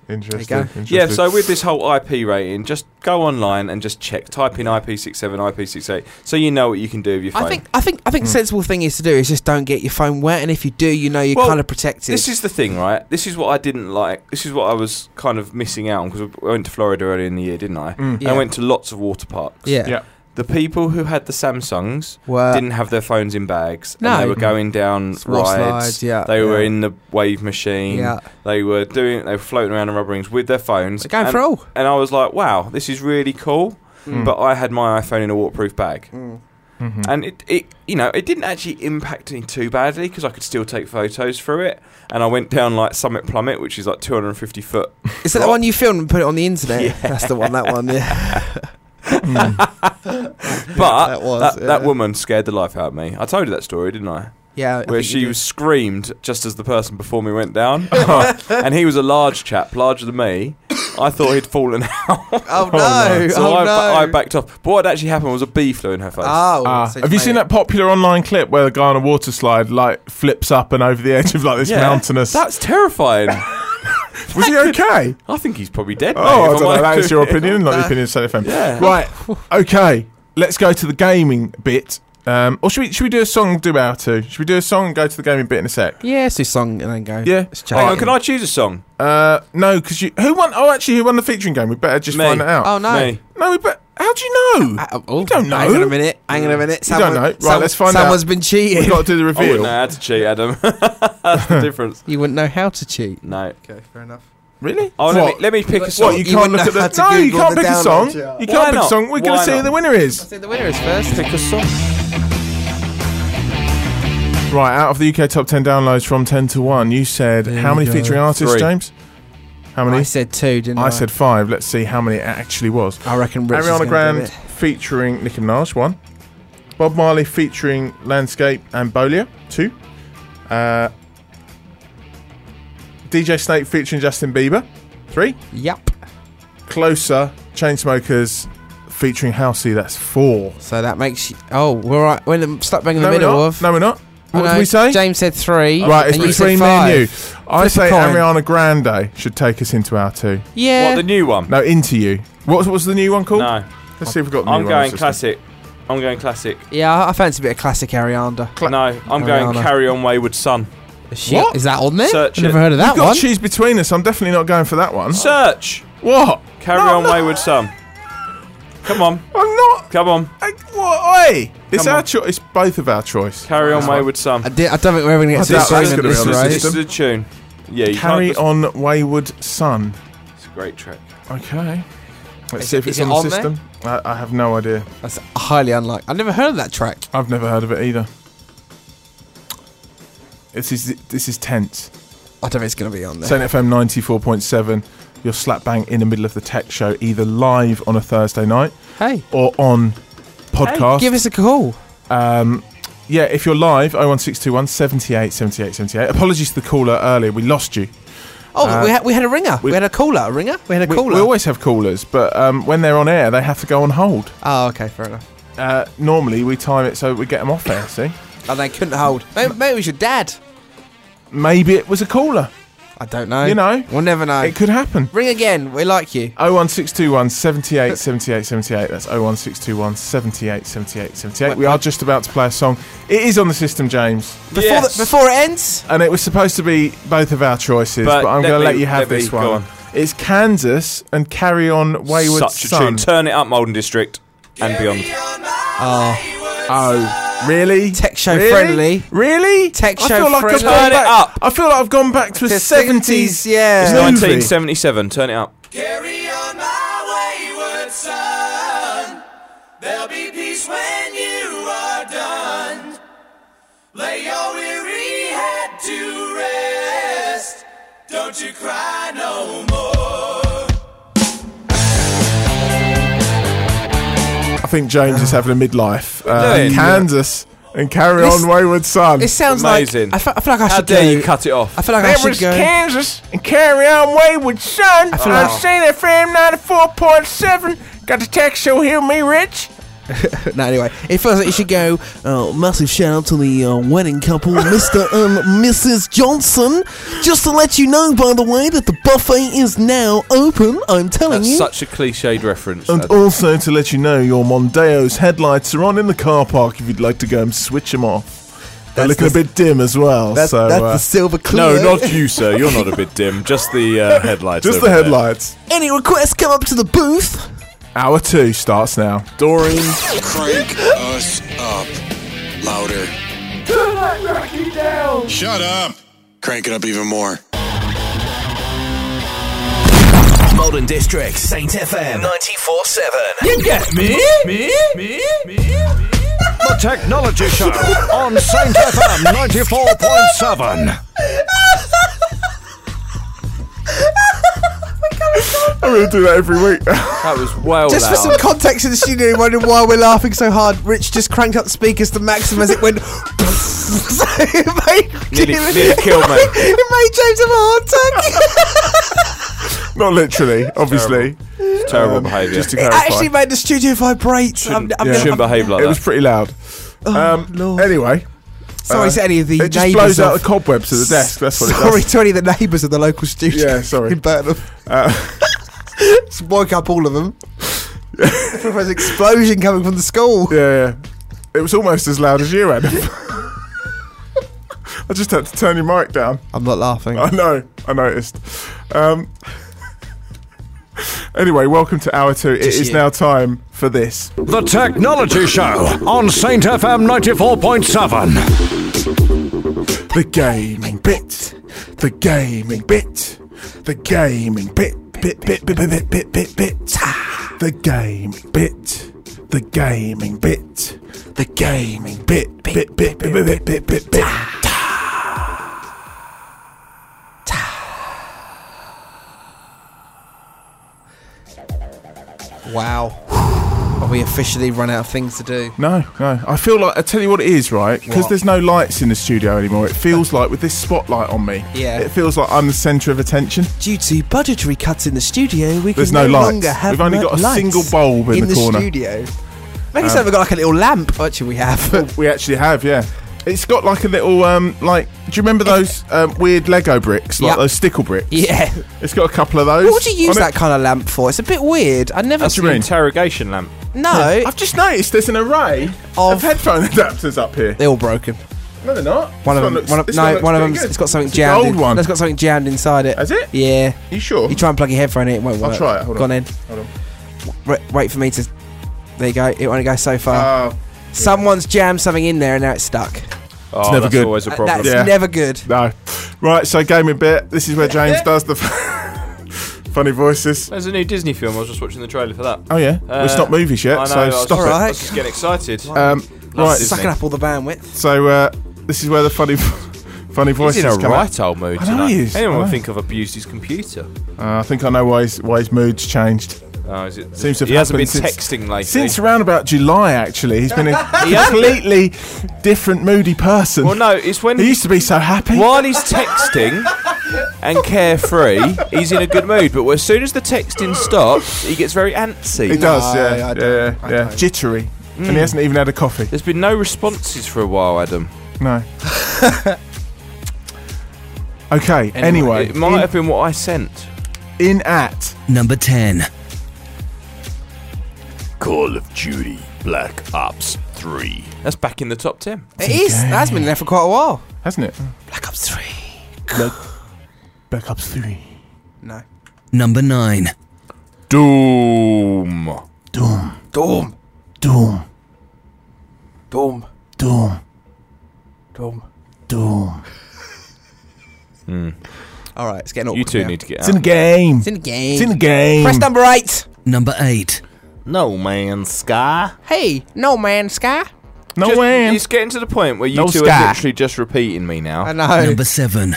S1: interesting.
S3: go.
S1: interesting.
S2: Yeah. So with this whole IP rating, just go online and just check. Type in IP67, IP68, so you know what you can do with your phone.
S3: I think I think I think
S2: Hmm.
S3: sensible thing is to do is just don't get your phone wet, and if you do, you know you're
S2: Well,
S3: kind of protected.
S2: This is the thing, right? This is what I didn't like. This is what I was kind of missing out on because I went to Florida earlier in the year, didn't I?
S1: Hmm.
S2: And
S3: Yeah.
S2: I went to lots of water parks.
S3: yeah.
S1: yeah.
S2: The people who had the Samsungs
S3: Were-
S2: didn't have their phones in bags. and
S3: No.
S2: they were going down rides.
S3: Swash slides, yeah,
S2: they were
S3: yeah.
S2: in the wave machine.
S3: Yeah.
S2: They were doing. They were floating around in rubber rings with their phones.
S3: They're going
S2: and,
S3: for all.
S2: And I was like, wow, this is really cool.
S3: Hmm.
S2: But I had my iPhone in a waterproof bag.
S1: Mm-hmm.
S2: And it, it, you know, it didn't actually impact me too badly because I could still take photos through it. And I went down like Summit Plummet, which is like 250 foot.
S3: Is that the one you filmed and put it on the internet? That's the one. That one. Yeah.
S2: But
S3: that
S1: Hmm.
S3: was,
S2: that, that
S3: yeah.
S2: woman scared the life out of me. I told you that story, didn't I?
S3: Yeah, I
S2: where
S3: think you
S2: she
S3: did.
S2: was screamed just as the person before me went down. and he was a large chap, larger than me. I thought he'd fallen out.
S3: Oh no!
S2: So
S3: oh,
S2: I,
S3: no.
S2: I backed off. But what had actually happened was a bee flew in her face.
S3: Oh,
S1: Ah,
S3: so
S1: have you
S3: made
S1: seen
S3: it.
S1: that popular online clip where the guy on a water slide like flips up and over the edge of like this mountainous?
S2: That's terrifying.
S1: was he okay?
S2: I think he's probably dead. mate,
S1: Oh,
S2: if
S1: I don't
S2: I'm
S1: know.
S2: honest
S1: That's your
S2: with you.
S1: opinion, not the opinion of Sally FM.
S2: Yeah.
S1: Right. Okay. Let's go to the gaming bit. Um, or should we should we do a song do our two? Should we do a song and go to the gaming bit in a sec?
S3: Yeah, it's this song and then go.
S1: Yeah. Oh,
S3: Let's
S2: Hang
S3: chat.
S2: on, can I choose a song?
S1: Uh, no, because you who won? Oh, actually, who won the featuring game? We better just
S2: Me.
S1: find it out.
S3: Oh no!
S2: Me.
S1: No, we bet. How do you know?
S3: Uh, oh,
S1: You don't know.
S3: Hang on a minute. Hang on a minute.
S1: You don't know. Right, let's find out.
S3: Someone's been cheating.
S1: We've got to do the
S2: I wouldn't
S1: reveal.
S2: know how to cheat, Adam. That's the difference.
S3: you wouldn't know how to cheat.
S2: No.
S3: Okay, fair enough.
S1: really?
S2: Oh, let me,
S1: What?
S2: let me pick a song.
S1: What, you
S3: You
S1: can't
S3: wouldn't
S1: look at the.
S3: know how to
S1: No, you
S3: Google
S1: can't
S3: the
S1: pick a
S3: download
S1: song.
S3: chart.
S1: You can't pick a
S2: not?
S1: song. We're going to
S2: Why
S1: see who
S2: not?
S1: the winner is.
S3: See, the winner is first.
S2: pick a song.
S1: Right, out of the UK top 10 downloads from 10 to 1, you said how many featuring artists,
S2: Three.
S1: James? How many?
S3: I said two, didn't I?
S1: I said five. Let's see how many it actually was.
S3: I reckon Rich is
S1: Ariana
S3: gonna do
S1: Grande
S3: it.
S1: featuring Nicki Minaj, one. Bob Marley featuring Landscape and Bolia, two. Uh, DJ Snake featuring Justin Bieber, three.
S3: Yep.
S1: Closer, Chainsmokers featuring Halsey, that's four.
S3: So that makes you. Oh, we're right. We're in the- stuck bang in the
S1: no,
S3: middle
S1: we're not.
S3: of.
S1: No, we're not.
S3: I
S1: What
S3: know,
S1: did we say?
S3: James said three.
S1: Right, it's
S3: and you said
S1: between me and you.
S3: five.
S1: I
S3: Flip
S1: say
S3: a coin.
S1: Ariana Grande should take us into our two.
S3: Yeah.
S2: What, the new one?
S1: No, into you. What was the new one called?
S2: No.
S1: Let's see if we've got. The
S2: I'm
S1: new one on
S2: going
S1: the system.
S2: classic. I'm going classic.
S3: yeah, I- I fancy a bit of classic Ariana.
S2: No, I'm going
S3: Ariana.
S2: Carry On Wayward Son.
S3: Is she-
S1: What?
S3: Is that on there?
S2: Search
S3: I've never
S2: it.
S3: heard of that
S1: We've got
S3: one.
S1: cheese between us. I'm definitely not going for that one.
S2: Search!
S1: what?
S2: Carry
S1: No,
S2: On
S1: no,
S2: Wayward Son. Come on,
S1: I'm not.
S2: come on.
S1: I, what? Oi! It's
S2: Come
S1: our
S2: on.
S1: choice. It's both of our choice.
S2: Carry On Wayward Son.
S3: I, di- I don't think we're ever going to
S1: I
S3: get to
S1: doubt
S3: this
S1: that's
S3: agreement
S1: gonna be
S3: this
S1: on the
S3: right?
S2: This
S1: system.
S2: is a tune. Yeah, you
S1: Carry
S2: can't.
S1: on, wayward son.
S2: It's a great track.
S1: Okay. Let's
S3: Is-
S1: see if it's
S3: is
S1: on
S3: it
S1: the
S3: on there?
S1: system. I, I have no idea.
S3: That's highly unlikely. I've never heard of that track.
S1: I've never heard of it either. This is this is tense.
S3: I don't think it's going to be on there.
S1: Saint FM ninety four point seven. You're slap bang in the middle of the tech show, either live on a Thursday night
S3: hey,
S1: or on podcast.
S3: give us a call.
S1: Um, yeah, if you're live, 01621 78 78 78. Apologies to the caller earlier. We lost you.
S3: Oh,
S1: Uh,
S3: we, had, we had a ringer. We,
S1: we-
S3: had a caller. A ringer? We had a
S1: We,
S3: caller.
S1: we always have callers, but um, when they're on air, they have to go on hold.
S3: oh, okay, fair enough.
S1: Uh, normally, we time it so we get them off air, see?
S3: And they couldn't hold. Maybe, maybe it was your dad.
S1: Maybe it was a caller.
S3: I don't know.
S1: You know.
S3: We'll never know.
S1: It could happen.
S3: Ring again. We like you.
S1: 01621 78 78 78. That's 01621 78 78 78. We are just about to play a song. It is on the system, James.
S3: Before,
S2: Yes.
S3: the, before it ends,
S1: And it was supposed to be both of our choices, but,
S2: But
S1: I'm
S2: let
S1: going to
S2: me-
S1: let you have
S2: let me
S1: this
S2: go
S1: one.
S2: on.
S1: It's Kansas and Carry On Wayward
S2: Such a
S1: Son.
S2: tune. Turn it up, Molden District and beyond.
S1: Oh, really?
S3: Tech show
S1: Really?
S3: friendly.
S1: Really?
S3: Tech
S1: I
S3: show
S1: feel like I've
S3: friendly.
S1: gone
S2: Turn it
S1: back-
S2: up.
S1: I feel like I've gone back to a
S3: The
S1: 70s.
S3: 70s, yeah.
S1: It's movie.
S2: 1977. Turn it up.
S9: Carry on my wayward son. There'll be peace when you are done. Lay your weary head to rest. Don't you cry no more.
S1: I think James is having a midlife.
S2: are you
S1: Uh,
S2: doing?
S1: Kansas and Carry
S3: This-
S1: On Wayward Son.
S3: it sounds
S2: Amazing.
S3: like. I feel, I feel like I
S2: How
S3: should
S2: dare
S3: go.
S2: you cut it off?
S3: I feel like I
S1: That
S3: should
S1: was
S3: go.
S1: Kansas and Carry On Wayward Son. I
S3: feel
S1: am
S3: like-
S1: saying that FM 94.7. Got the tech show here, me, Rich.
S3: No, anyway, it feels like you should go. uh,
S7: Oh, massive shout out to the uh, wedding couple, Mr. and
S3: um,
S7: Mrs. Johnson. Just to let you know, by the way, that the buffet is now open. I'm telling
S2: That's
S7: you.
S2: such a cliched reference.
S1: And
S2: Adam.
S1: also to let you know, your Mondeo's headlights are on in the car park if you'd like to go and switch them off. They're
S7: That's
S1: looking a bit dim as well.
S7: That's,
S1: so
S7: that's
S1: uh,
S7: the silver Clio.
S2: No, not you, sir. You're not a bit dim. Just the uh, headlights.
S1: just
S2: over
S1: the
S2: there.
S1: headlights.
S7: Any requests, come up to the booth.
S1: Hour two starts now.
S2: Doreen.
S8: Crank us up louder. Shut up. Crank it up even more.
S10: Molden District, Saint FM 94.7.
S5: The Technology Show on Saint FM 94.7.
S1: I'm going to do that every week.
S2: That was well
S3: Just for
S2: loud.
S3: some context in the studio, you're wondering why we're laughing so hard, Rich just cranked up the speakers to maximum as it went. so it made,
S2: Nearly- nearly killed me.
S3: it made James have a heart attack.
S1: Not literally, obviously.
S2: terrible
S1: Um,
S2: behaviour.
S1: Just to
S3: It
S1: clarify.
S3: actually made the studio vibrate. I'm, I'm
S1: yeah.
S3: gonna-
S2: Shouldn't behave like
S1: it was
S2: that.
S1: pretty loud. um, Anyway,
S3: sorry to any of Oh, the
S1: Uh, it just
S3: neighbours
S1: blows out
S3: of-
S1: the cobwebs of the desk. That's what
S3: sorry
S1: it does.
S3: to any of the neighbours of the local studio.
S1: Yeah, sorry. Uh,
S3: In Burnham. Just woke up all of them. there was an explosion coming from the school.
S1: Yeah, yeah. It was almost as loud as you, Adam. I just had to turn your mic down.
S3: I'm not laughing.
S1: I know. I noticed. Um, anyway, welcome to hour two. It is
S3: you.
S1: now time for this.
S5: The Technology Show on Saint FM 94.7.
S1: The gaming bit. The gaming bit. The gaming bit. Bit bit bit bit bit bit bit bit. The gaming bit. The gaming bit. The gaming bit. Bit bit bit bit bit bit bit bit.
S3: Wow. Have we officially run out of things to do?
S1: No, no. I feel like I tell you what it is, right? Because
S3: What?
S1: there's no lights in the studio anymore. It feels like with this spotlight on me,
S3: Yeah.
S1: it feels like I'm the centre of attention.
S7: Due to budgetary cuts in the studio, we
S1: There's
S7: can
S1: no
S7: no,
S1: lights.
S7: longer have
S1: We've only
S7: mo-
S1: got a
S7: lights.
S1: single bulb in,
S3: In the,
S1: corner. Uh.
S3: studio. Make it sound we've got like a little lamp. Actually, we have.
S1: We actually have, yeah. It's got like a little, um, like, do you remember those um, weird Lego bricks, like
S3: Yep.
S1: those stickle bricks?
S3: yeah.
S1: It's got a couple of those.
S3: What would you use
S1: on it.
S3: that kind of lamp for? It's a bit weird. I never.
S1: That's
S2: It's
S1: what
S2: an
S1: I mean.
S2: interrogation lamp.
S3: no.
S1: I've just noticed there's an array of
S3: Of-
S1: headphone adapters up here.
S3: They're all broken.
S1: No, they're not. This
S3: One of them.
S1: looks-
S3: one of,
S1: this
S3: no,
S1: looks
S3: one of
S1: pretty
S3: them's
S1: good.
S3: It's got something
S1: It's the
S3: jammed.
S1: old
S3: in-
S1: one.
S3: That's got something jammed inside it.
S1: Has it?
S3: Yeah.
S1: You sure?
S3: You try and plug your headphone in, it won't work.
S1: try it, hold
S3: Go
S1: on.
S3: in.
S1: Hold on.
S3: Re- wait for me to. There you go. It won't go so far.
S1: Uh,
S3: Someone's jammed something in there and now it's stuck.
S2: Oh,
S1: never
S2: that's
S1: good.
S2: always a
S3: Uh,
S2: problem.
S3: That's
S1: Yeah.
S3: never good.
S1: no. Right, so gaming bit. This is where James does the funny voices.
S2: There's a new Disney film. I was just watching the trailer for that.
S1: Oh, yeah,
S2: Uh,
S1: it's not movies
S2: I know,
S1: yet,
S2: I
S1: so
S2: was
S1: stop
S2: just-
S1: it.
S3: Alright.
S2: I was just getting excited.
S1: Um, right,
S2: Disney.
S3: Sucking up all the bandwidth.
S1: so uh, this is where the funny, funny voices
S2: He's in a
S1: come out.
S2: right old mood
S1: I know
S2: tonight.
S1: he is.
S2: Anyone
S1: I
S2: would
S1: know.
S2: think I've abused his computer.
S1: Uh, I think I know why his, why his mood's changed.
S2: Oh, is it?
S1: Seems to have
S2: he hasn't been
S1: happened since-
S2: texting lately.
S1: Since around about July, actually, he's been a completely different moody person.
S2: well, no, it's when
S1: He used to be so happy.
S2: while he's texting and carefree, he's in a good mood. But as soon as the texting stops, he gets very antsy.
S1: He does,
S3: No,
S1: yeah,
S3: I
S1: yeah, yeah, yeah. jittery, and he
S2: Hmm.
S1: hasn't even had a coffee.
S2: There's been no responses for a while, Adam.
S1: No. okay. Anyway,
S2: it might have been what I sent.
S1: in, in at
S10: Number 10.
S2: That's back in the top ten.
S3: It is. That has been there for quite a while.
S1: hasn't it?
S3: Black Ops 3.
S1: Black Ops Three.
S3: No.
S10: Number 9.
S2: Doom.
S1: Doom.
S3: Dorm.
S1: Doom.
S3: Dorm.
S1: Doom.
S3: Dorm.
S1: Doom.
S3: All right, it's getting awkward.
S2: Hmm. You two
S3: now.
S2: need to get
S1: It's in the
S2: out.
S1: game.
S3: It's in the game.
S1: It's in the game.
S3: Press number eight.
S10: Number 8.
S4: No man, Sky.
S3: Hey, no man, Sky.
S1: No
S2: Just-
S1: way.
S2: It's getting to the point where you
S1: No
S2: two
S1: sky.
S2: are literally just repeating me
S3: I
S2: now.
S3: know.
S10: Number 7.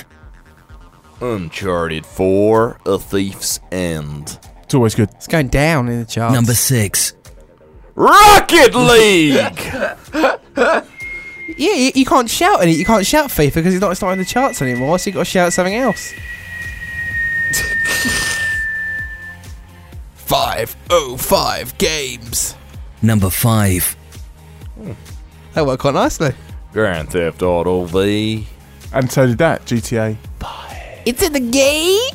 S4: Uncharted 4, A Thief's End.
S1: It's always good.
S3: It's going down in the charts.
S10: Number 6.
S2: Rocket League.
S3: Yeah, you, you can't shout any. You can't shout FIFA because it's not, it's not in the charts anymore. So you got to shout something else. five oh five games.
S10: Number 5.
S3: That worked quite nicely.
S4: Grand Theft Auto V.
S1: And so did that GTA.
S3: It's in the game.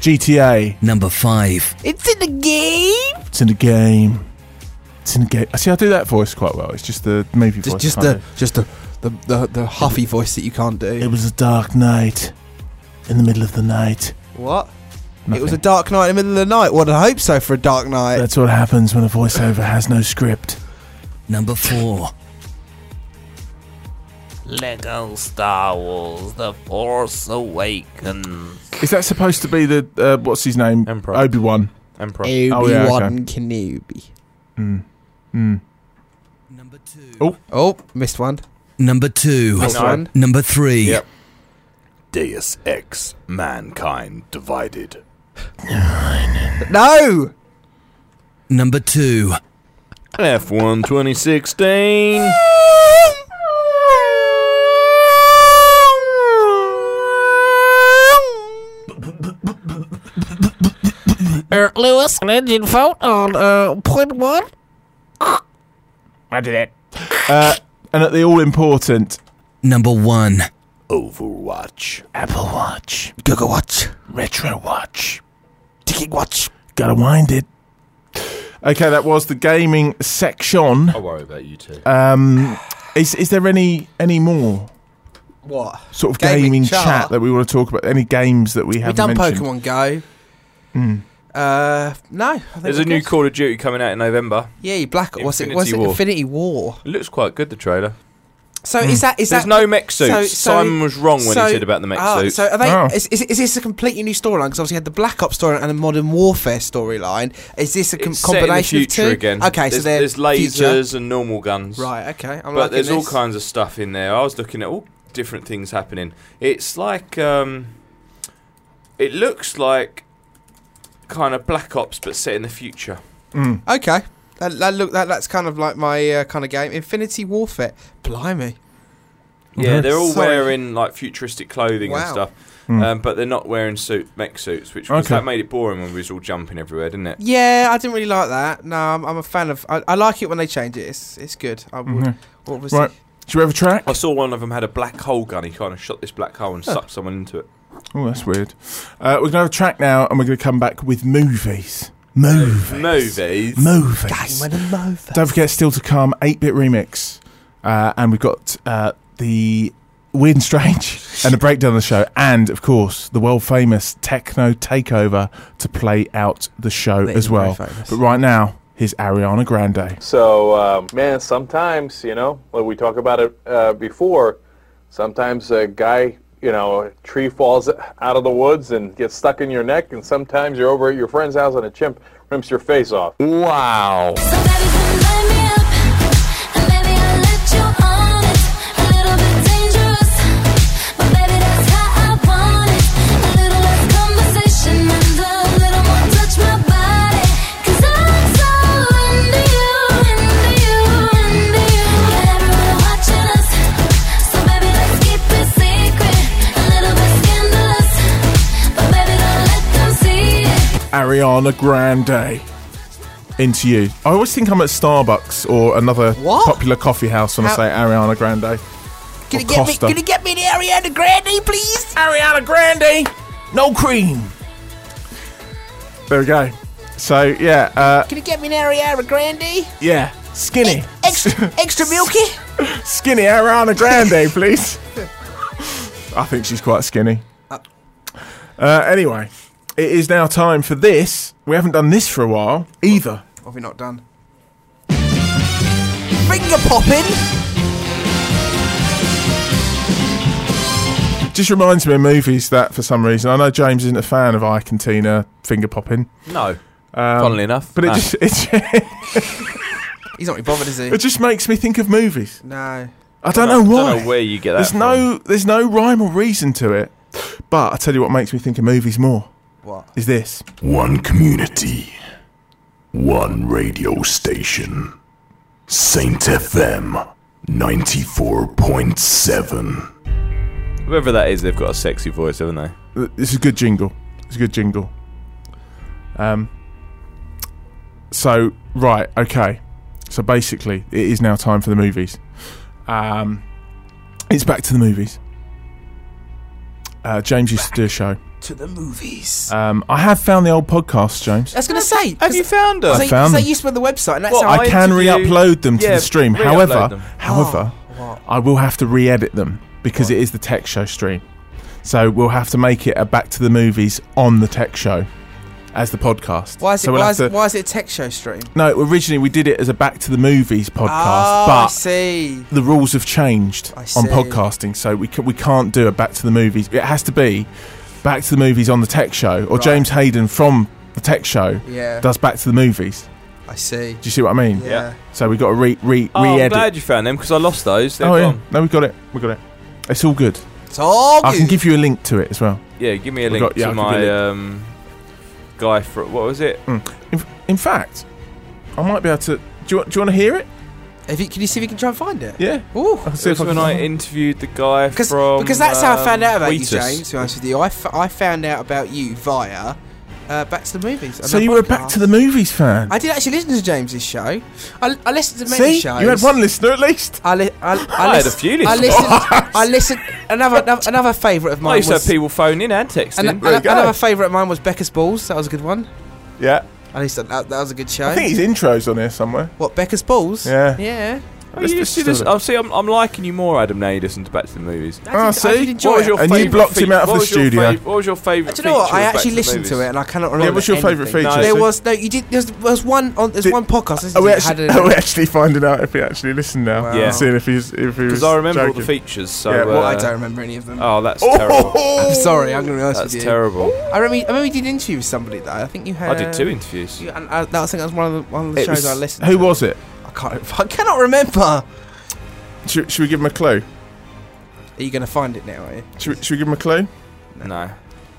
S1: GTA.
S10: Number 5.
S3: It's in the game.
S1: It's in the game. It's in the game. See, I do that voice quite well. It's just the movie
S3: Just,
S1: voice.
S3: just
S1: can't
S3: the, just the, the, the, the huffy voice that you can't
S1: do.
S3: do.
S1: It was a dark night, in the middle of the night.
S3: What? It was a
S1: Nothing.
S3: dark night in the middle of the night. What well, I hope so for a dark night.
S1: That's what happens when a voiceover has no script.
S10: Number 4.
S6: Lego Star Wars The Force Awakens.
S1: Is that supposed to be the uh, what's his name?
S2: Emperor.
S1: Obi Wan.
S2: Emperor.
S3: Obi Wan
S1: Oh, yeah, Hmm.
S3: Kenobi.
S10: Number 2.
S1: Oh.
S3: Oh, missed one.
S10: Number 2.
S3: Missed
S2: No.
S3: one.
S10: Number 3.
S2: Yep.
S4: Deus Ex, Mankind Divided.
S3: No!
S10: Number two.
S2: F1 2016.
S7: Eric Lewis, an engine fault on uh, point one.
S1: I did it. Uh, and at the all important
S10: Number one.
S2: Overwatch.
S1: Apple Watch,
S7: Google Watch.
S1: Retro Watch,
S7: Tiki Watch.
S1: gotta wind it. Okay, that was the gaming section.
S11: I worry about you two.
S1: Um, is is there any any more
S3: What?
S1: sort of gaming,
S3: Gaming
S1: chat.
S3: chart.
S1: that we want to talk about? Any games that we
S3: We've
S1: haven't
S3: done
S1: mentioned? Hmm.
S3: Pokemon Go. Uh, no. I think
S2: There's
S3: we're
S2: a new
S3: good.
S2: Call of Duty coming out in November.
S3: Yeah, you black. What's it?
S2: Infinity
S3: What's it?
S2: War.
S3: Infinity War.
S2: It looks quite good, the trailer.
S3: So
S1: Hmm.
S3: is that is
S2: There's
S3: that
S2: no mech
S3: so-
S2: suits.
S3: so-
S2: Simon was wrong when
S3: so-
S2: he said about the mech
S3: Ah,
S2: suits.
S3: So are they?
S1: Oh.
S3: Is, is, is this a completely new storyline? Because obviously you had the Black Ops storyline and the Modern Warfare storyline. Is this a com-
S2: It's set in the
S3: combination
S2: future
S3: of two?
S2: again.
S3: Okay,
S2: there's,
S3: so they're
S2: there's lasers and normal guns.
S3: future. Right. Okay.
S2: but
S3: I'm liking
S2: there's all
S3: this.
S2: kinds of stuff in there. I was looking at all different things happening. It's like um, it looks like kind of Black Ops, but set in the future.
S1: Mm.
S3: Okay. That, that look that that's kind of like my uh, kind of game. Infinity Warfare. Blimey.
S2: Yeah, they're all
S3: Sorry.
S2: wearing like futuristic clothing and
S3: Wow.
S2: stuff,
S1: Mm.
S2: um, but they're not wearing suit mech suits, which was,
S1: Okay.
S2: that made it boring when we was all jumping everywhere, didn't it?
S3: Yeah, I didn't really like that. No, I'm, I'm a fan of. I, I like it when they change it. It's it's good. I would.
S1: Mhm.
S3: What was
S1: Right.
S3: it?
S1: Should we have a track?
S2: I saw one of them had a black hole gun. He kind of shot this black hole and sucked someone into it.
S1: Oh, that's weird. Uh, we're gonna have a track now, and we're gonna come back with movies. Movies.
S2: Movies.
S1: Movies. Don't forget, still to come, eight bit remix, uh, and we've got uh, the weird and strange, and the breakdown of the show, and of course the world famous techno takeover to play out the show as well. But right now, here's Ariana Grande.
S12: So, uh, man, sometimes, you know, like we talked about it uh, before, sometimes a guy, you know, a tree falls out of the woods and gets stuck in your neck, and sometimes you're over at your friend's house and a chimp rips your face off.
S11: Wow.
S1: Ariana Grande. Into you. I always think I'm at Starbucks or another
S3: What?
S1: popular coffee house when I
S3: How-
S1: say Ariana Grande.
S3: Gonna
S1: Or
S3: get me?
S1: Costa.
S3: Gonna get me the Ariana Grande, please?
S1: Ariana Grande, no cream. There we go. So yeah, uh,
S3: Gonna get me the Ariana Grande?
S1: yeah, skinny,
S3: Extra, extra milky?
S1: skinny Ariana Grande, please. I think she's quite skinny. Uh, anyway, it is now time for this. We haven't done this for a while either.
S3: Or have we not done? Finger popping.
S1: Just reminds me of movies that for some reason I know James isn't a fan of Ike and Tina finger popping,
S2: No. Funnily enough.
S1: Um, but it
S2: no.
S1: just it,
S3: He's not really bothered, is he?
S1: it just makes me think of movies.
S3: No.
S1: I don't know why.
S2: don't know where you get that.
S1: There's
S2: from.
S1: no there's no rhyme or reason to it. But I tell you what makes me think of movies more
S3: What?
S1: is this.
S5: One community, one radio station. Saint FM 94.7.
S2: Whoever that is, they've got a sexy voice, haven't they?
S1: This is a good jingle. It's a good jingle. Um so right, okay. So basically it is now time for the movies. Um it's back to the movies. Uh, James used to do a show.
S3: To the movies.
S1: Um, I have found the old podcast, James.
S3: I was gonna say.
S2: Have
S3: 'cause-
S2: you found her?
S3: So,
S1: I found
S3: so
S1: them.
S3: you spent the website, and that's
S2: Well,
S3: how
S1: I
S2: I
S1: can
S2: interview-
S1: re-upload them to
S2: Yeah,
S1: the stream.
S2: re-upload
S1: However,
S2: them.
S1: however,
S3: what?
S1: I will have to re-edit them because it is the tech show stream. So we'll have to make it a back to the movies on the tech show as the podcast.
S3: Why is it?
S1: So we'll
S3: why,
S1: have
S3: is,
S1: to-
S3: why is it a tech show stream?
S1: No, originally we did it as a back to the movies podcast,
S3: oh, I
S1: but
S3: see.
S1: the rules have changed
S3: I
S1: on
S3: see.
S1: podcasting, so we ca- we can't do a back to the movies. It has to be back to the movies on the tech show, or
S3: Right.
S1: James Hayden from the tech show
S3: Yeah.
S1: does back to the movies.
S3: I see.
S1: Do you see what I mean?
S3: Yeah.
S1: So we got to re re
S2: Oh, I'm
S1: re-edit.
S2: glad you found them because I lost those. They're
S1: Oh yeah,
S2: gone.
S1: no, we got it. We got it. It's all good.
S3: It's all
S1: I can
S3: good.
S1: give you a link to it as well.
S2: Yeah, give me a
S1: We
S2: link
S1: got- yeah, I
S2: to
S1: can give
S2: my
S1: you a
S2: um, guy for what was it?
S1: In, in fact, I might be able to. Do you, want- do you want to hear it?
S3: If you, can you see if you can try and find it?
S1: Yeah.
S3: Ooh.
S1: I'll
S2: It was when I interviewed the guy from um,
S3: because that's how I found out about you,
S2: Wheatus.
S3: James. To be honest with you, I, f- I found out about you via uh, Back to the Movies.
S1: So
S3: another
S1: you were a
S3: podcast.
S1: back to the movies fan.
S3: I did actually listen to James's show. I, I listened to many
S1: See,
S3: shows.
S1: you had one listener at least.
S3: I, li- I, I,
S2: I had
S3: lis-
S2: a few
S3: I
S2: listeners.
S3: listened. I listened. Another another, another favourite of
S2: I
S3: mine
S2: used to have
S3: was
S2: people phone in and text
S3: an-
S2: in.
S3: an- another favourite of mine was Becca's Balls. That was a good one.
S1: Yeah.
S3: I used to, that, that was a good show.
S1: I think his intro's on here somewhere.
S3: What Becca's balls?
S1: Yeah.
S3: Yeah.
S2: Oh, you
S1: Let's
S2: see
S1: just
S2: this?
S1: sort of-
S2: Oh, see, I'm, I'm liking you more, Adam. Now you listen to Back to the Movies.
S1: Ah,
S3: did- I did
S1: see?
S3: enjoy What was it. your
S1: and you
S2: favourite
S1: blocked him
S2: feat-
S1: out of
S2: what
S1: the
S2: was your
S1: studio.
S2: fav- what was your favourite?
S3: Do you know what?
S2: feature
S3: I
S2: of Back
S3: actually
S2: the
S3: listened to
S2: Movies?
S3: it and I cannot remember.
S1: what's your
S3: anything.
S1: favourite feature? No.
S3: There was no. You did. There's was one on. There's
S1: Did-
S3: one podcast.
S1: Are
S3: Isn't
S1: we,
S3: it, had
S1: actually, Oh,
S3: a-
S1: are we actually finding out if he actually listened now?
S2: Yeah.
S1: Seeing if he's if he was.
S2: Because I remember all the
S1: joking.
S2: features. So
S1: Yeah, well,
S2: uh,
S3: I don't remember any of them.
S2: Oh, that's
S1: Oh!
S2: terrible.
S3: I'm sorry. I'm gonna be honest
S2: That's
S3: with you.
S2: terrible.
S3: I remember. I remember you did an interview with somebody though. I think you had.
S2: I did two interviews.
S3: You, and I, that, I think that was one of the one of the
S1: It
S3: shows
S1: was-
S3: I listened.
S1: Who
S3: to.
S1: was it?
S3: I can't. I cannot remember. Are
S1: Should, should we give him a clue?
S3: you gonna find it now? Are you?
S1: Should, we- should we give him a clue?
S2: No.
S3: Of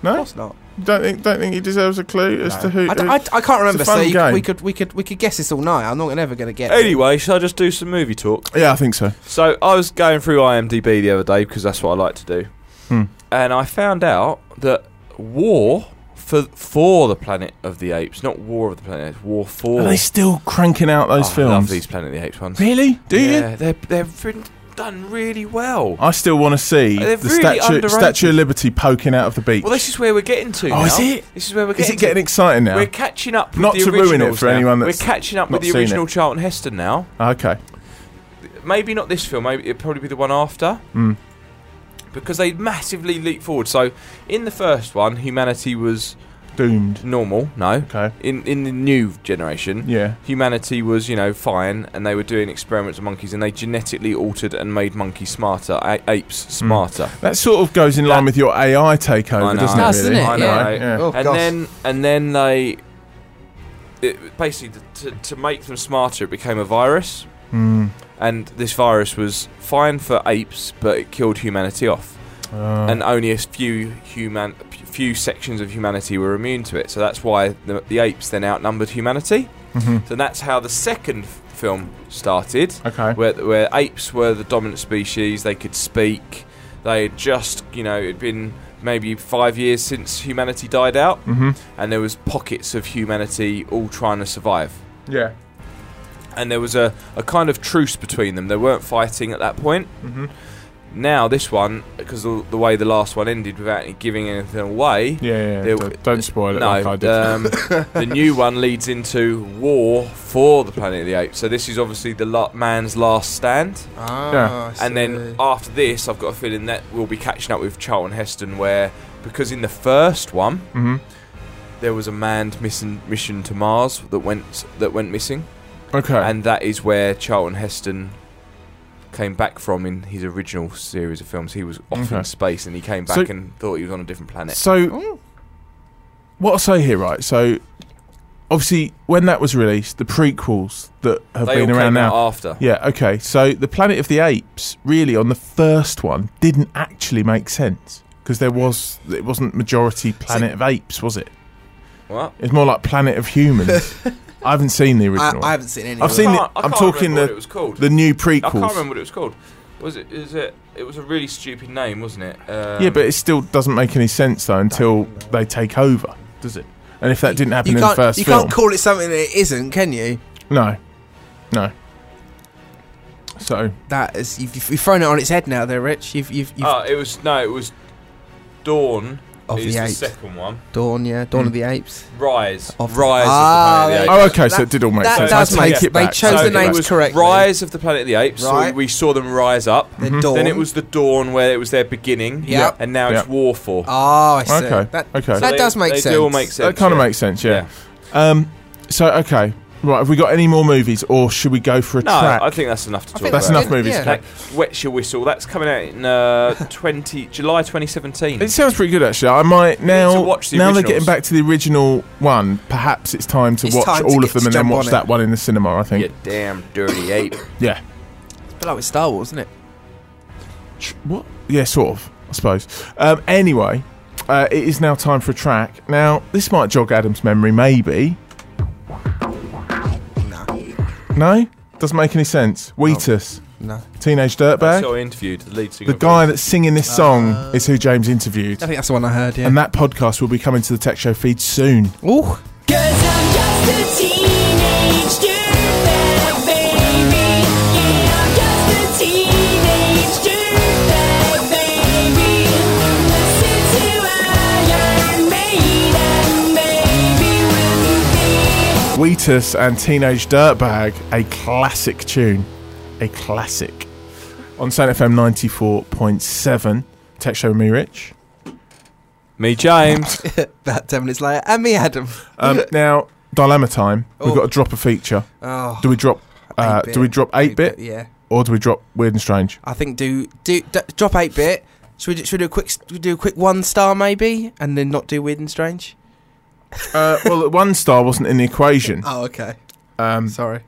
S1: No,
S3: course not.
S1: don't think don't think he deserves a clue as to who.
S3: I, d-
S1: who-
S3: I d- I can't remember.
S1: fun
S3: so you,
S1: game.
S3: we could we could we could guess this all night. I'm not never gonna get. it.
S2: Anyway, shall I just do some movie talk?
S1: yeah, I think so.
S2: So I was going through IMDb the other day because that's what I like to do,
S1: Hmm.
S2: and I found out that War for for the Planet of the Apes, not War of the Planet, of the Apes, War for.
S1: Are they still cranking out those
S2: Oh, I
S1: films?
S2: love these Planet of the Apes ones.
S1: Really? Do
S2: yeah,
S1: you?
S2: They're they've been done really well.
S1: I still want to see
S2: They're
S1: the
S2: really
S1: statue,
S2: underrated.
S1: Statue of Liberty poking out of the beach.
S2: Well, this is where we're getting to.
S1: Oh,
S2: now.
S1: is it?
S2: This is where we're
S1: is
S2: getting.
S1: it getting
S2: to.
S1: exciting now?
S2: We're catching up. With
S1: Not
S2: the
S1: to ruin it
S2: originals
S1: for
S2: now.
S1: anyone that's
S2: We're catching up
S1: not
S2: with the
S1: seen
S2: original
S1: it.
S2: Charlton Heston now.
S1: Ah, okay.
S2: Maybe not this film. Maybe it'll probably be the one after.
S3: Hmm.
S1: Mm.
S2: Because they massively leap forward. So in the first one, humanity was
S1: Doomed.
S2: normal. No.
S1: Okay.
S2: In in the new generation,
S1: Yeah.
S2: humanity was you know fine, and they were doing experiments on monkeys, and they genetically altered and made monkeys smarter, a- apes
S3: Hmm.
S2: smarter.
S1: That sort of goes in line with your AI takeover,
S2: I know.
S1: doesn't it?
S2: Does,
S1: really?
S2: doesn't it? I know.
S1: Yeah.
S2: Yeah.
S3: Oh,
S2: and
S3: gosh.
S2: then and then they it, basically to, to make them smarter it became a virus
S1: Mm.
S2: and this virus was fine for apes but it killed humanity off
S1: Uh,
S2: and only a few human few sections of humanity were immune to it so that's why the, the apes then outnumbered humanity
S1: mhm.
S2: so that's how the second f- film started
S1: Okay.
S2: where where apes were the dominant species. They could speak. They had just, you know, it'd been maybe five years since humanity died out,
S1: hmm
S2: and there was pockets of humanity all trying to survive.
S1: Yeah.
S2: And there was a, a kind of truce between them. They weren't fighting at that point.
S1: Mhm.
S2: Now this one, because the, the way the last one ended, without any giving anything away,
S1: Yeah. yeah,
S2: There-
S1: don't- Don't spoil it.
S2: no,
S1: like I did.
S2: um, the new one leads into war for the Planet of the Apes. So this is obviously the la- man's last stand.
S3: Ah,
S1: Yeah.
S3: I
S2: And then
S3: see.
S2: after this, I've got a feeling that we'll be catching up with Charlton Heston, where because in the first one
S1: hmm
S2: there was a manned mission mission to Mars that went that went missing,
S1: Okay.
S2: and that is where Charlton Heston came back from in his original series of films. He was off
S1: Okay.
S2: in space, and he came back
S1: So-
S2: and thought he was on a different planet.
S1: So, what I say here, right? So, obviously, when that was released, the prequels that have
S2: They all
S1: been
S2: came
S1: around now.
S2: out after.
S1: yeah, okay. So, the Planet of the Apes, really, on the first one, didn't actually make sense because there was it wasn't majority Planet of Apes, was it?
S2: What?
S1: It's more like Planet of Humans. I haven't seen the
S3: I,
S1: original.
S3: I haven't seen any.
S1: I've
S3: of
S1: seen
S3: them.
S1: the-
S2: Can't- I
S1: I'm
S2: can't
S1: talking
S2: remember
S1: the-
S2: what it was called.
S1: the new
S2: I
S1: prequels.
S2: can't remember what it was called. Was it? Is it? It was a really stupid name, wasn't it? Um,
S1: yeah, but it still doesn't make any sense though until they take over, does it? And if that didn't happen
S3: You
S1: in the
S3: can't.
S1: first
S3: you
S1: film,
S3: can't call it something that it isn't, can you?
S1: no, no. So
S3: That is. You've, you've thrown it on its head now, there, Rich. You've. You've. you've
S2: Oh, it was no, it was Dawn.
S3: Of
S2: is
S3: the
S2: the,
S3: Apes.
S2: second one.
S3: Dawn. Yeah. Dawn of the
S1: Mm-hmm.
S3: Apes.
S2: Rise.
S3: Of-
S2: Rise
S3: Ah,
S2: of the Planet of the Apes.
S1: Oh, okay, so it did all make
S3: That
S1: sense.
S3: does
S1: I take
S3: make-
S1: it
S3: they
S1: back. I
S3: chose the
S1: take it
S2: it
S1: back.
S3: names
S2: was
S3: correctly.
S2: Rise of the Planet of the Apes. So
S3: Right.
S2: we saw them rise up.
S3: The Dawn.
S2: Then it was the Dawn, where it was their beginning.
S3: Yep.
S2: And now
S1: Yep.
S2: it's War for.
S3: Oh, I see.
S1: Okay,
S3: That,
S1: okay. So
S3: that
S2: they-
S3: does make
S2: they
S3: sense.
S2: do all make sense.
S1: That kind of
S2: yeah.
S1: makes sense, yeah. Um, so okay, right. Have we got any more movies, or should we go for a
S2: No,
S1: track?
S2: I think that's enough to talk
S3: think
S1: That's
S2: about.
S1: enough movies.
S3: yeah.
S1: okay.
S2: That Wet Your Whistle. That's coming out in uh, 20 July 2017.
S1: It sounds pretty good, actually. I might now.
S2: to watch the
S1: now they're
S2: originals.
S1: getting back to the original one. Perhaps it's time to
S3: It's
S1: watch
S3: time to
S1: all
S3: get-
S1: of them
S3: to
S1: and then
S3: jump
S1: watch
S3: on it.
S1: that one in the cinema. I
S2: you
S1: think.
S2: damn dirty ape.
S1: Yeah.
S3: It's a bit like with Star Wars, isn't it?
S1: Tr- What? Yeah, sort of. I suppose. Um, anyway, Uh, it is now time for a track. Now, this might jog Adam's memory, maybe. No. No? Doesn't make any sense. Wheatus.
S3: No.
S1: Teenage Dirtbag.
S2: That's who I interviewed, the lead singer
S1: The
S2: of
S1: guy that's singing this song is who James interviewed.
S3: I think that's the one I heard, yeah.
S1: And that podcast will be coming to the Tech Show feed soon.
S3: Ooh.
S1: Wheatus and Teenage Dirtbag, a classic tune. A classic. On Sound FM 94.7. Tech Show with me, Rich.
S2: Me, James.
S3: About 10 minutes later. And me, Adam.
S1: Um, now, dilemma time. We've got to drop a feature.
S3: Oh.
S1: do we drop? Uh,
S3: 8-bit.
S1: do we drop eight bit?
S3: yeah.
S1: Or do we drop Weird and Strange?
S3: I think do do d- drop eight bit. Should we, do- should we do a quick should we do a quick one star maybe, and then not do weird and strange?
S1: Uh, well, one star wasn't in the equation.
S3: Oh, okay.
S1: Um,
S3: Sorry.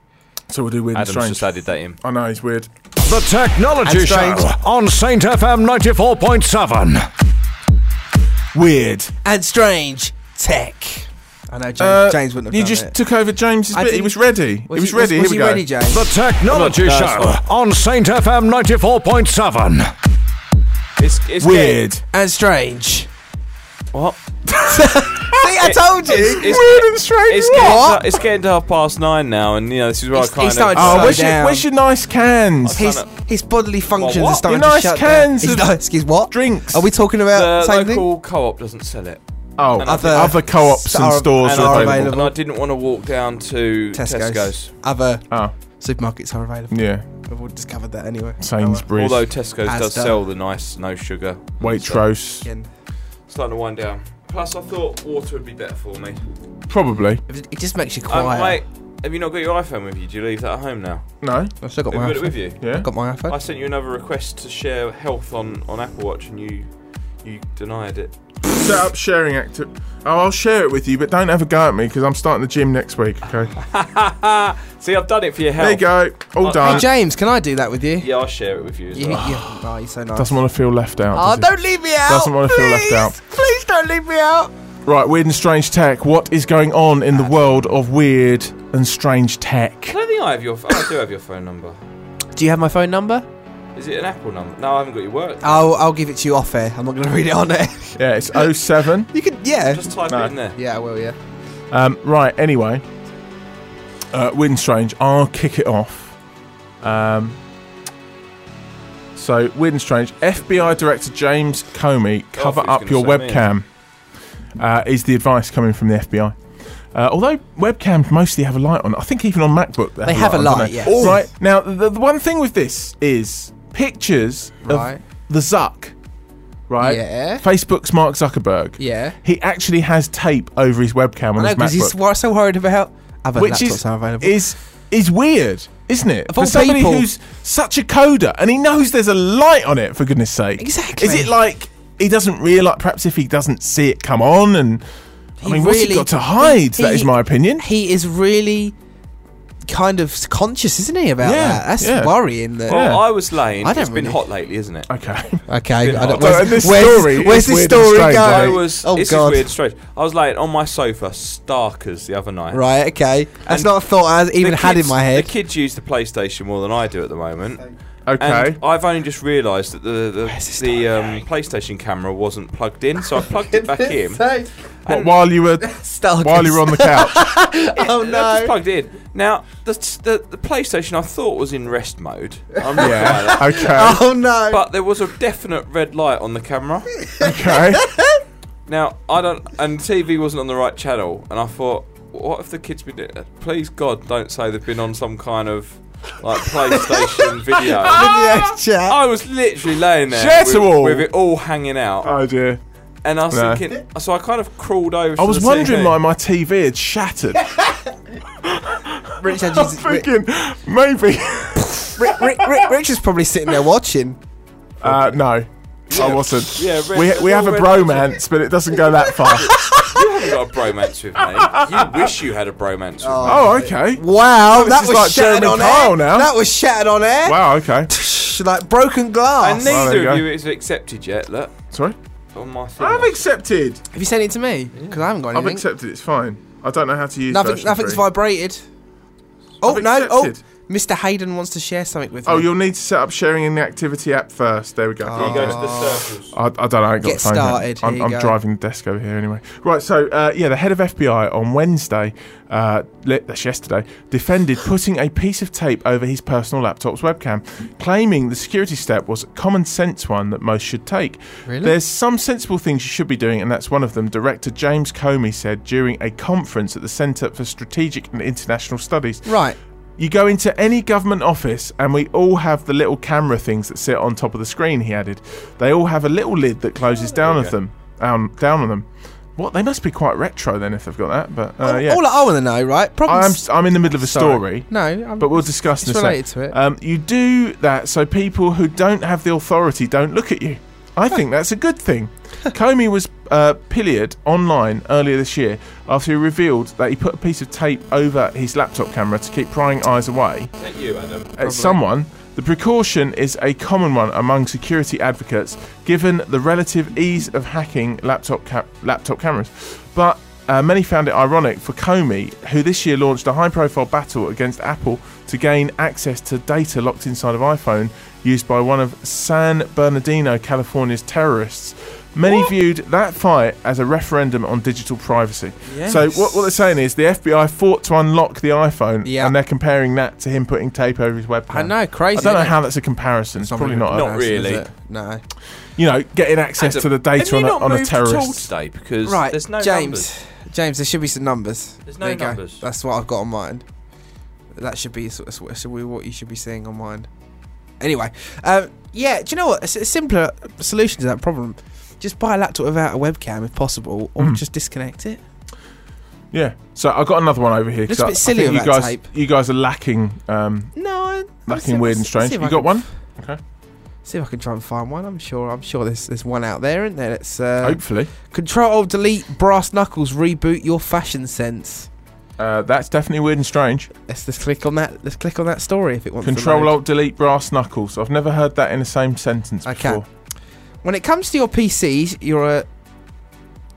S1: So we'll do Weird
S2: Adam's
S1: and Strange.
S2: just added that in.
S1: I know it's weird.
S5: The Technology
S1: And
S5: Show
S1: strange.
S5: on Saint FM 94.7.
S1: Weird.
S3: And strange tech. I know James,
S1: Uh,
S3: James wouldn't have
S1: You
S3: done
S1: just
S3: it.
S1: took over James's
S3: I
S1: bit. He
S3: didn't-
S1: was ready.
S3: Was
S1: he was
S3: he-
S1: ready.
S3: was- was
S1: Here we
S3: he
S1: go.
S3: ready, James?
S5: The Technology
S2: Look,
S5: Show
S2: that's-
S5: on Saint FM 94.7.
S2: It's, it's
S1: Weird. Oh,
S2: getting-
S3: and strange.
S2: What?
S3: See, I told you.
S2: It's,
S1: Weird and Strange.
S2: it's
S1: what?
S2: getting, to, it's getting to half past nine now, and you know this is where
S3: It's-
S2: I kind
S3: it's
S2: of.
S3: started to
S1: Oh,
S3: Slow
S1: where's your,
S3: down.
S1: where's your nice cans?
S3: his,
S2: Kinda-
S3: his bodily functions
S2: What?
S3: are starting
S1: Your nice
S3: to shut
S1: cans
S3: down.
S1: of
S3: His nice- excuse what?
S1: drinks.
S3: Are we talking
S2: the
S3: about the same
S2: local co-op doesn't sell it.
S1: Oh,
S2: And I
S1: other,
S2: think-
S1: other co-ops and
S3: Are-
S1: stores
S3: and
S1: are,
S3: are
S1: available.
S2: And I didn't want to walk down to
S3: thing?
S2: Tesco's. Ah.
S3: Other
S1: Oh,
S3: supermarkets are available.
S1: yeah.
S3: We've all discovered that anyway.
S1: Sainsbury's,
S2: Although Tesco's
S3: Asda.
S2: does sell the nice no sugar.
S1: Waitrose,
S3: Again,
S2: Starting to wind down. Plus, I thought water would be better for me.
S1: probably.
S3: It it just makes you
S2: Um,
S3: quiet.
S2: wait, have you not got your iPhone with you? Do you leave that at home now?
S1: No.
S3: I've still got
S2: Have
S3: my
S2: you got it
S3: iPhone.
S2: with you?
S1: Yeah.
S3: I've got my iPhone.
S2: I sent you another request to share health on, on Apple Watch, and you you denied it.
S1: Set up sharing active. Oh, I'll share it with you, but don't have a go at me because I'm starting the gym next week. Okay.
S2: See, I've done it for your
S1: there you
S2: health.
S1: go. All
S2: Oh,
S1: done.
S3: Hey James, can I do that with you?
S2: Yeah, I'll share it with you as
S3: You,
S2: well.
S3: you- oh, you're so nice.
S1: Doesn't want to feel left out.
S3: oh,
S1: does he?
S3: don't leave me out.
S1: Doesn't wanna feel left
S3: please.
S1: out.
S3: Please don't leave me out.
S1: Right, weird and strange tech. What is going on in the world of weird and strange tech?
S2: I don't think I have your. ph- I do have your phone number.
S3: Do you have my phone number?
S2: Is it an Apple number? No, I haven't got your work.
S3: I'll I'll give it to you off air. I'm not going to read it on air.
S1: Yeah, it's 07.
S3: you can, yeah,
S2: Just type
S1: No.
S2: it in there.
S3: Uh, yeah, I will, yeah.
S1: Um, right, anyway. Uh, weird and strange. I'll kick it off. Um, so, weird and strange. FBI Director James Comey, cover
S2: he's
S1: up
S2: gonna
S1: your
S2: say me.
S1: webcam, uh, is the advice coming from the FBI. Uh, although webcams mostly have a light on, I think even on MacBook
S3: They have a
S1: on,
S3: light,
S1: don't they?
S3: yes.
S1: Right now, the, the one thing with this is pictures
S3: Right.
S1: of the Zuck, right?
S3: Yeah.
S1: Facebook's Mark Zuckerberg.
S3: Yeah.
S1: He actually has tape over his webcam on
S3: I know
S1: his
S3: because
S1: MacBook,
S3: he's wor- so worried about other
S1: which
S3: laptops
S1: is,
S3: are available.
S1: is is weird, isn't it? For
S3: all
S1: somebody
S3: people-
S1: who's such a coder and he knows there's a light on it, for goodness' sake.
S3: Exactly.
S1: Is it like he doesn't realise? Perhaps if he doesn't see it come on, and I
S3: He
S1: mean, what's he
S3: really-
S1: got to hide?
S3: he-
S1: that is
S3: he-
S1: my opinion.
S3: he is really kind of conscious, isn't he, about
S1: Yeah,
S3: that? That's
S1: yeah.
S3: worrying. That
S2: Well,
S1: Yeah.
S2: I was laying.
S3: I don't
S2: it's been
S3: really-
S2: hot lately, isn't it?
S1: okay.
S3: okay, I
S2: hard.
S3: don't,
S1: So, and this
S3: where's, where's,
S1: story
S3: where's
S1: is
S3: this
S1: weird and
S3: story
S1: strange,
S3: going?
S1: I
S2: I was.
S3: oh
S2: this
S3: God!
S2: is weird, strange. I was laying on my sofa, starkers, the other night.
S3: Right, okay, that's
S2: And
S3: not a thought I
S2: The
S3: even had in
S2: kids-
S3: my
S2: The
S3: head.
S2: kids use the PlayStation more than I do at the moment.
S1: Okay.
S2: And I've only just realised that the the, the um, PlayStation camera wasn't plugged in, so I plugged it back in.
S1: What, while you were
S3: Starkers.
S1: while you were on the couch.
S3: oh
S2: I just
S3: no!
S2: plugged it in. Now the, the the PlayStation I thought was in rest mode. I'm not gonna lie.
S1: yeah. Okay.
S3: Oh no!
S2: But there was a definite red light on the camera.
S1: Okay.
S2: Now I don't, and TV wasn't on the right channel, and I thought, what if the kids been? doing that? Please God, don't say they've been on some kind of like PlayStation video.
S3: Video chat.
S2: I was literally laying there
S1: Shit, all.
S2: with, with it all hanging out,
S1: Oh dear.
S2: and I was
S1: No.
S2: thinking. So I kind of crawled over.
S1: I
S2: to
S1: was
S2: the
S1: wondering
S2: TV.
S1: why my TV had shattered.
S3: Rich,
S1: I'm thinking maybe.
S3: Rich, Rich, Rich, Rich is probably sitting there watching.
S1: Uh, no, I wasn't.
S2: Yeah, red-
S1: we
S2: it's
S1: we
S2: all
S1: have a
S2: red
S1: bromance, but it doesn't go that far.
S2: You haven't got a bromance with me. You wish you had a bromance with me.
S1: oh, okay.
S3: Wow,
S1: this
S3: that
S1: is
S3: was
S1: like
S3: shattered
S1: Jeremy
S3: on
S1: Kyle
S3: air.
S1: now.
S3: That was shattered on air.
S1: Wow. Okay.
S3: Like broken glass.
S2: And
S1: Oh, Well, there
S2: neither
S1: you
S2: of
S1: go.
S2: you is accepted yet. Look,
S1: Sorry.
S2: on my thing.
S1: I've accepted.
S3: Have you sent it to me? Because I haven't got
S1: I've
S3: anything.
S1: accepted. It's fine. I don't know how to use.
S3: Nothing.
S1: version
S3: Nothing's
S1: three.
S3: vibrated. Oh
S1: I've
S3: no! Oh,
S1: accepted.
S3: Mr. Hayden wants to share something with
S1: Oh,
S3: me.
S1: you'll need to set up sharing in the activity app first. There we go. Ah.
S3: Here you go to the circles.
S1: I, I don't know. I ain't got
S3: Get
S1: the phone yet.
S3: started. Here
S1: I'm,
S3: you
S1: I'm
S3: go.
S1: driving the desk over here anyway. Right. So uh, yeah, the head of FBI on Wednesday, uh, le- that's yesterday, defended putting a piece of tape over his personal laptop's webcam, claiming the security step was a common sense one that most should take.
S13: Really?
S1: There's some sensible things you should be doing, and that's one of them. Director James Comey said during a conference at the Center for Strategic and International Studies.
S3: Right.
S1: You go into any government office, and we all have the little camera things that sit on top of the screen. He added, "They all have a little lid that closes down
S3: Oh, you
S1: of
S3: go.
S1: them, um, down on them." What? They must be quite retro then, if they've got that. But uh, yeah,
S3: All I want to know, right?
S1: I'm
S3: Problems.
S1: I'm in the middle of a story.
S3: No, I'm,
S1: But we'll discuss
S3: it's
S1: in a sec.
S3: related to it.
S1: Um, you do that so people who don't have the authority don't look at you. I think that's a good thing. Comey was uh, pilloried online earlier this year after he revealed that he put a piece of tape over his laptop camera to keep prying eyes away
S2: Is that you, Adam?
S1: at Uh, someone. The precaution is a common one among security advocates, given the relative ease of hacking laptop cap- laptop cameras. But uh, many found it ironic for Comey, who this year launched a high-profile battle against Apple to gain access to data locked inside of iPhone used by one of San Bernardino, California's terrorists. Many viewed that fight as a referendum on digital privacy. So
S13: Yes.
S1: what, what they're saying is the FBI fought to unlock the iPhone,
S3: Yeah.
S1: and they're uh, comparing that to him putting tape over his webcam.
S3: I know, crazy,
S1: I don't know
S3: isn't it?
S1: how that's a comparison. It's, probably not. a-
S2: Not really.
S3: No.
S1: You know, getting access to the data on a, on a terrorist.
S2: today because
S3: right,
S2: there's no
S3: James.
S2: numbers.
S3: James, there should be some numbers.
S2: There's no
S3: There you go.
S2: numbers.
S3: That's what I've got on mine. That should be sort of- sort of- should be what you should be seeing on mine. Anyway, um, yeah. Do you know what? A s- simpler solution to that problem: just buy a laptop without a webcam, if possible,
S1: Hmm.
S3: or just disconnect it.
S1: Yeah. So I've got another one over here. 'cause
S3: Looks a
S1: I-
S3: bit
S1: I
S3: silly
S1: think
S3: with
S1: you
S3: that
S1: guys,
S3: tape.
S1: you guys are lacking, um,
S3: No, I, I'll see
S1: lacking
S3: if-
S1: weird and
S3: see if
S1: strange.
S3: I
S1: You
S3: can-
S1: got one? Okay.
S3: See if I can try and find one. I'm sure. I'm sure there's there's one out there, isn't there? Let's uh,
S1: Hopefully.
S3: Control Alt Delete Brass Knuckles reboot your fashion sense.
S1: Uh, that's definitely weird and strange.
S3: Let's just click on that. Let's click on that story if it wants to.
S1: Control
S3: load.
S1: Alt Delete Brass Knuckles. I've never heard that in the same sentence
S3: Okay.
S1: before.
S3: When it comes to your PCs, you're a.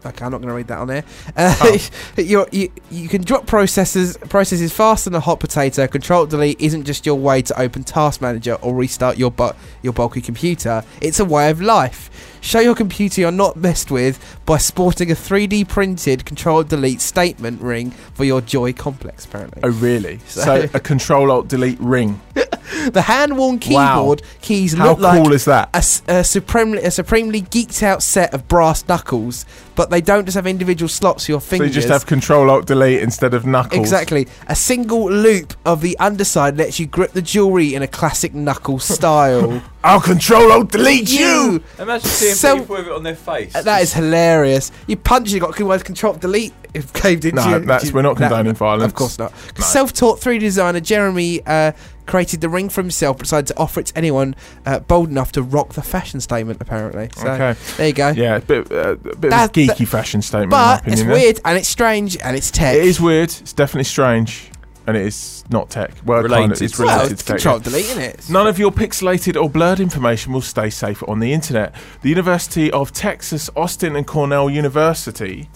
S3: Okay, I'm not going to read that on there. Uh,
S1: Oh.
S3: you're, you you can drop processes processes faster than a hot potato. Control delete isn't just your way to open Task Manager or restart your bu- your bulky computer. It's a way of life. Show your computer you're not messed with by sporting a 3D printed Control delete statement ring for your Joy complex. Apparently,
S1: Oh, really?
S3: So-
S1: So, a Control Alt Delete ring.
S3: the hand worn keyboard keys
S1: How
S3: look
S1: cool
S3: like
S1: is that?
S3: a, s- a supremely a supremely geeked out set of brass knuckles, but they don't just have individual slots for your
S1: So you
S3: fingers.
S1: just have Control Alt Delete instead of knuckles.
S3: exactly a single loop of the underside lets you grip the jewelry in a classic knuckle style.
S1: I'll Control Alt Delete you.
S2: Imagine seeing
S3: So- uh,
S2: people with it on their face.
S3: That is hilarious. You punch, you got control delete. If caved into
S1: No,
S3: you.
S1: that's
S3: You-
S1: we're not
S3: that-
S1: condoning violence.
S3: Of course not. Self-taught 3D designer Jeremy uh, created the ring for himself, but decided to offer it to anyone uh, bold enough to rock the fashion statement. Apparently, so
S1: Okay.
S3: there you go.
S1: Yeah, a bit, uh, a bit
S3: Eh? That-
S1: of a geeky
S3: that-
S1: fashion statement.
S3: But
S1: in my
S3: it's
S1: opinion, there.
S3: weird and it's strange and it's tech.
S1: It is weird. It's definitely strange, and it is not tech. Well, kind of,
S2: Related.
S1: it's
S2: Well,
S1: related
S2: it's
S1: to tech.
S2: control
S3: delete, isn't it?
S1: None of your pixelated or blurred information will stay safe on the internet. The University of Texas, Austin, and Cornell University.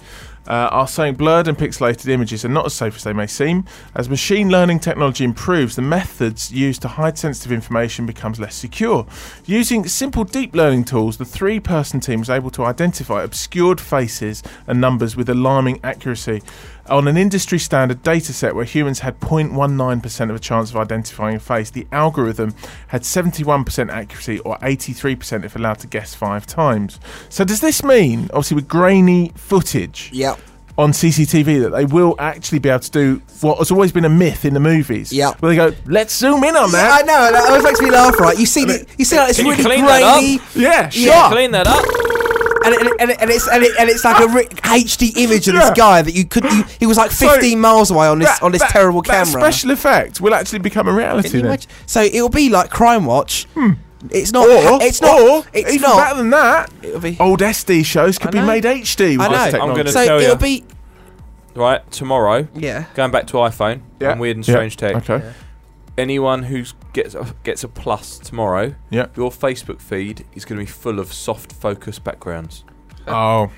S1: Uh, are saying blurred and pixelated images are not as safe as they may seem. As machine learning technology improves, the methods used to hide sensitive information becomes less secure. Using simple deep learning tools, the three-person team was able to identify obscured faces and numbers with alarming accuracy on an industry standard data set where humans had 0.19% of a chance of identifying a face, the algorithm had 71% accuracy or 83% if allowed to guess five times. So, does this mean, obviously, with grainy footage
S3: Yep.
S1: on CCTV, that they will actually be able to do what has always been a myth in the movies? Yeah. Where they go, let's zoom in on
S3: Yeah,
S1: that.
S3: I know. That always makes me laugh. Right? You see, the, you see, like, it's
S1: Can you
S3: really
S1: clean that
S3: grainy.
S1: up? Yeah,
S3: sure.
S2: Clean that up.
S3: And, it, and, it, and it's and, it, and it's like a ri- HD image of this guy that you could. You, he was like 15 miles away on this
S1: That-
S3: on this
S1: that-
S3: terrible
S1: that
S3: camera.
S1: special effect will actually become a reality
S3: Can you
S1: then.
S3: imagine? So it'll be like Crime Watch. It's not.
S1: Hmm. Or-
S3: it's not.
S1: or,
S3: it's
S1: even
S3: not.
S1: better than that, old SD shows could
S3: I
S1: be
S3: know.
S1: made HD with
S3: I know.
S1: this
S3: I'm
S1: technology.
S2: gonna
S3: so
S2: tell
S3: it'll
S2: ya.
S3: be.
S2: Right, tomorrow.
S3: Yeah.
S2: Going back to iPhone
S1: Yeah.
S2: and weird and
S1: Yeah,
S2: strange tech.
S1: okay. Yeah.
S2: Anyone who gets a, gets a plus tomorrow,
S1: Yeah.
S2: your Facebook feed is going to be full of soft focus backgrounds.
S1: Oh,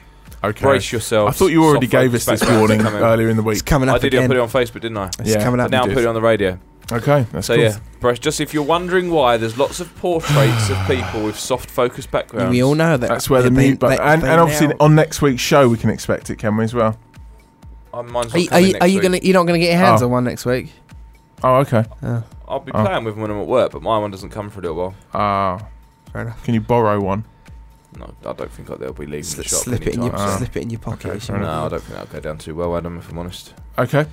S1: okay.
S2: Brace yourselves.
S1: I thought you already
S2: Soft
S1: gave us this
S2: respect back
S1: warning
S2: coming.
S1: earlier in the week.
S2: I did. I put it on Facebook, didn't I?
S1: It's Yeah. coming up,
S2: Now
S1: you
S2: I put
S1: did.
S2: it on the radio.
S1: Okay, that's
S2: so
S1: cool.
S2: yeah, Bryce, just if you're wondering why there's lots of portraits of people with soft focus backgrounds.
S3: We all know that.
S1: That's where the
S3: They-
S1: mute button.
S3: they-
S1: And,
S3: they
S1: and obviously,
S3: now-
S1: on next week's show, we can expect it, can we, as well?
S2: I mine's
S3: Are
S2: not
S3: you, are
S2: coming
S3: you,
S2: next
S3: are you
S2: week.
S3: gonna? You're not gonna get your hands
S1: Oh.
S3: on one next week.
S1: Oh, okay.
S2: I'll be
S1: Oh.
S2: playing with them when I'm at work, but my one doesn't come for a little while.
S1: Ah. Can you borrow one?
S2: No, I don't think they'll be leaving the
S3: Sli-
S2: shop.
S3: slip it in your-
S2: anytime soon.
S3: slip it in your pocket if you
S2: no,
S3: want.
S2: I don't think that'll go down too well, Adam. If I'm honest.
S1: Okay.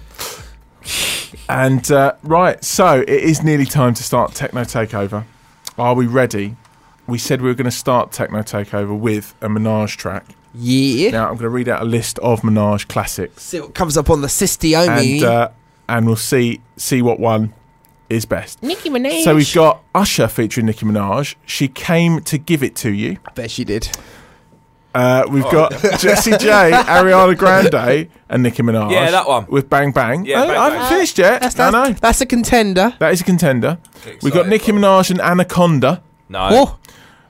S1: And uh, right, so it is nearly time to start Techno Takeover. Are we ready? We said we were going to start Techno Takeover with a Minaj track.
S3: Yeah.
S1: Now I'm going to read out a list of Minaj classics,
S3: See what comes up on the Sistiomi.
S1: and uh, and we'll see see what one is best.
S3: Nicki Minaj.
S1: So we've got Usher featuring Nicki Minaj. She came to give it to you. I
S3: bet she did.
S1: Uh, we've
S2: Oh,
S1: got
S2: okay.
S1: Jessie J, Ariana Grande, and Nicki Minaj.
S2: Yeah, that one.
S1: with Bang Bang.
S2: Yeah,
S1: I,
S2: Bang
S1: I haven't
S2: Bang.
S1: finished yet.
S3: That's-
S1: no, no.
S3: That's a contender.
S1: That is a contender. We've got Nicki Minaj and Anaconda.
S2: No.
S3: Oh.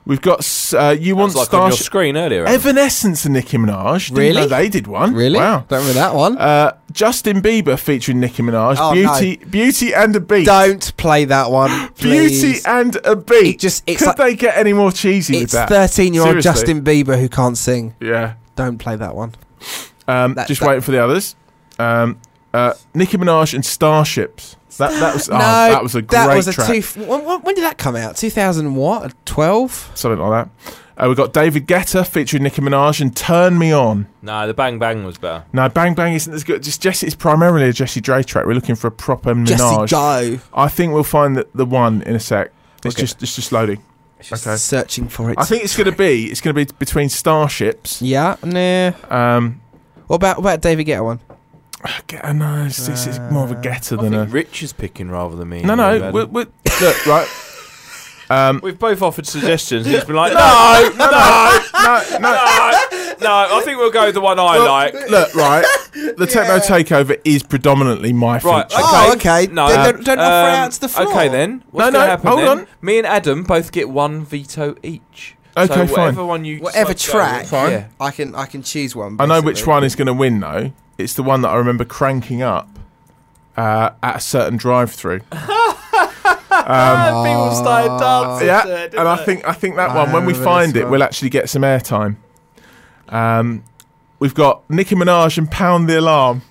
S1: We've got s- uh, you want
S2: It's like on your
S1: Starship.
S2: screen earlier. Adam.
S1: Evanescence and Nicki Minaj. Didn't
S2: Really?
S1: know they did one.
S3: Really?
S1: Wow.
S3: Don't remember that one.
S1: Uh, Justin Bieber featuring Nicki Minaj.
S3: Oh,
S1: Beauty, Beauty and a Beat.
S3: Don't play that one.
S1: Beauty
S3: please.
S1: and a Beat.
S3: It just- it's
S1: Could
S3: like-
S1: they get any more cheesy with
S3: It's
S1: that?
S3: 13 year old
S1: Seriously.
S3: Justin Bieber who can't sing.
S1: Yeah.
S3: Don't play that one.
S1: Um,
S3: That-
S1: just
S3: that-
S1: waiting for the others. Um, uh, Nicki Minaj and Starships. That, that was oh,
S3: no,
S1: that was a great
S3: that was a
S1: track.
S3: two. When, when- when did that come out? 2000 what? 12?
S1: Something like that. Uh, we've got David Guetta featuring Nicki Minaj and Turn Me On.
S2: No, the Bang Bang was better.
S1: No, Bang Bang isn't as good. Just Jesse, it's primarily a Jesse Dre track. We're looking for a proper Minaj.
S3: J.
S1: I think we'll find the, the one in a sec. It's
S3: Okay.
S1: just it's just loading. okay.
S3: Searching for it.
S1: I think it's going to be it's going to be between starships.
S3: Yeah, nah.
S1: Um,
S3: What about what about David Guetta one?
S1: Get- uh, no, it's, it's, it's more of a getter than a
S2: Rich is picking rather than me.
S1: no no. We're, we're, look right. Um,
S2: We've both offered suggestions. He's been like,
S1: No,
S2: no, no, no, no, no, I think we'll go with the one I like.
S1: look right. The techno takeover is predominantly my
S2: Right. Okay.
S1: feature.
S2: No.
S1: Then
S3: Oh, don't- don't offer it out to the floor.
S2: Okay then. What's
S1: No,
S2: gonna
S1: no,
S2: Happen
S1: hold
S2: then?
S1: on.
S2: Me and Adam both get one veto each.
S1: Okay,
S2: so
S1: fine.
S2: Whatever one you
S3: Whatever
S2: decide to go with.
S3: track,
S1: Fine.
S2: Yeah.
S3: I can I can choose one.
S1: I know which
S3: basically.
S1: one is going to win though. It's the one that I remember cranking up uh, at a certain drive-through. um,
S3: Oh.
S2: People started dancing.
S1: yeah,
S2: to it, didn't
S1: and I
S2: they?
S1: think I think that one when we
S3: remember
S1: find
S3: this
S1: it,
S3: one.
S1: we'll actually get some airtime. Um, we've got Nicki Minaj and Pound the Alarm.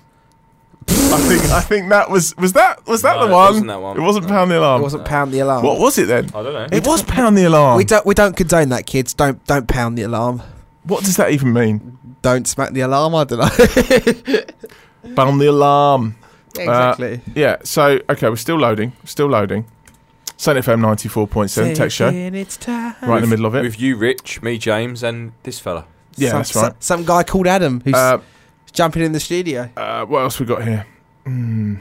S1: I think I think that was was that was that
S2: No,
S1: the
S2: it
S1: one?
S2: wasn't that one.
S1: It wasn't Pound the Alarm.
S3: It wasn't pound the alarm.
S1: What was it then?
S2: I don't know.
S1: It was Pound the Alarm.
S3: We don't we don't condone that, kids. Don't don't pound the alarm.
S1: What does that even mean?
S3: Don't smack the alarm. I don't
S1: Uh,
S3: know.
S1: Pound the Alarm.
S3: exactly.
S1: Uh, yeah. So okay, we're still loading. Still loading. Saint FM ninety four point seven tech show.
S3: Taking its time.
S1: Right in the middle of it.
S2: With you, Rich, me, James, and this fella.
S1: Yeah,
S3: some,
S1: that's right.
S3: Some, some guy called Adam who's
S1: Uh,
S3: jumping in the studio.
S1: uh, what else we got here? Hmm.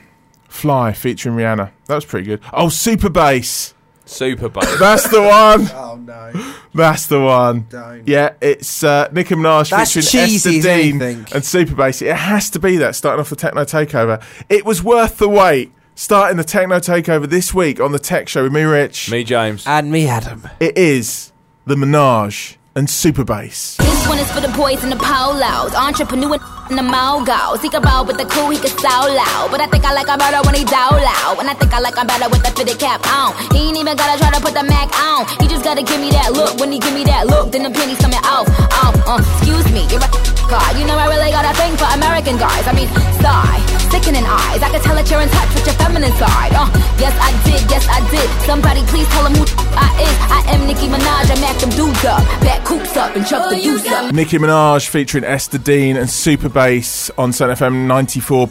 S1: Fly featuring Rihanna. That was pretty good. Oh, Super Bass.
S2: Super bass.
S1: That's the one.
S3: Oh no!
S1: That's the one.
S3: Don't.
S1: Yeah, it's uh, Nicki Minaj
S3: That's
S1: featuring
S3: cheesy as
S1: Esther Dean
S3: anything.
S1: and Super Bass. It has to be that starting off the Techno Takeover. It was worth the wait. Starting the Techno Takeover this week on the Tech Show with me, Rich.
S2: me, James.
S3: And me, Adam.
S1: It is the Minaj and Super Bass.
S13: This one is for the boys in the polos, entrepreneur in the mogul. Seek about with the cool, he can so loud. But I think I like him better when he dow loud. And I think I like him better with the fitted cap on. He ain't even gotta try to put the Mac on. He just gotta give me that look. When he give me that look, then the penny's coming off. Off, uh, excuse me, you're a god. You know I really got a thing for American guys. I mean, sigh, sickening eyes. I can tell that you're in touch with your feminine side. Uh, yes, I did, yes, I did. Somebody please tell him who I is. I am Nicki Minaj. I mac them dudes up, back coops up,
S9: Oh,
S13: and chuck the deuce up.
S1: Nicki Minaj featuring Esther Dean and Super Bass on Sun FM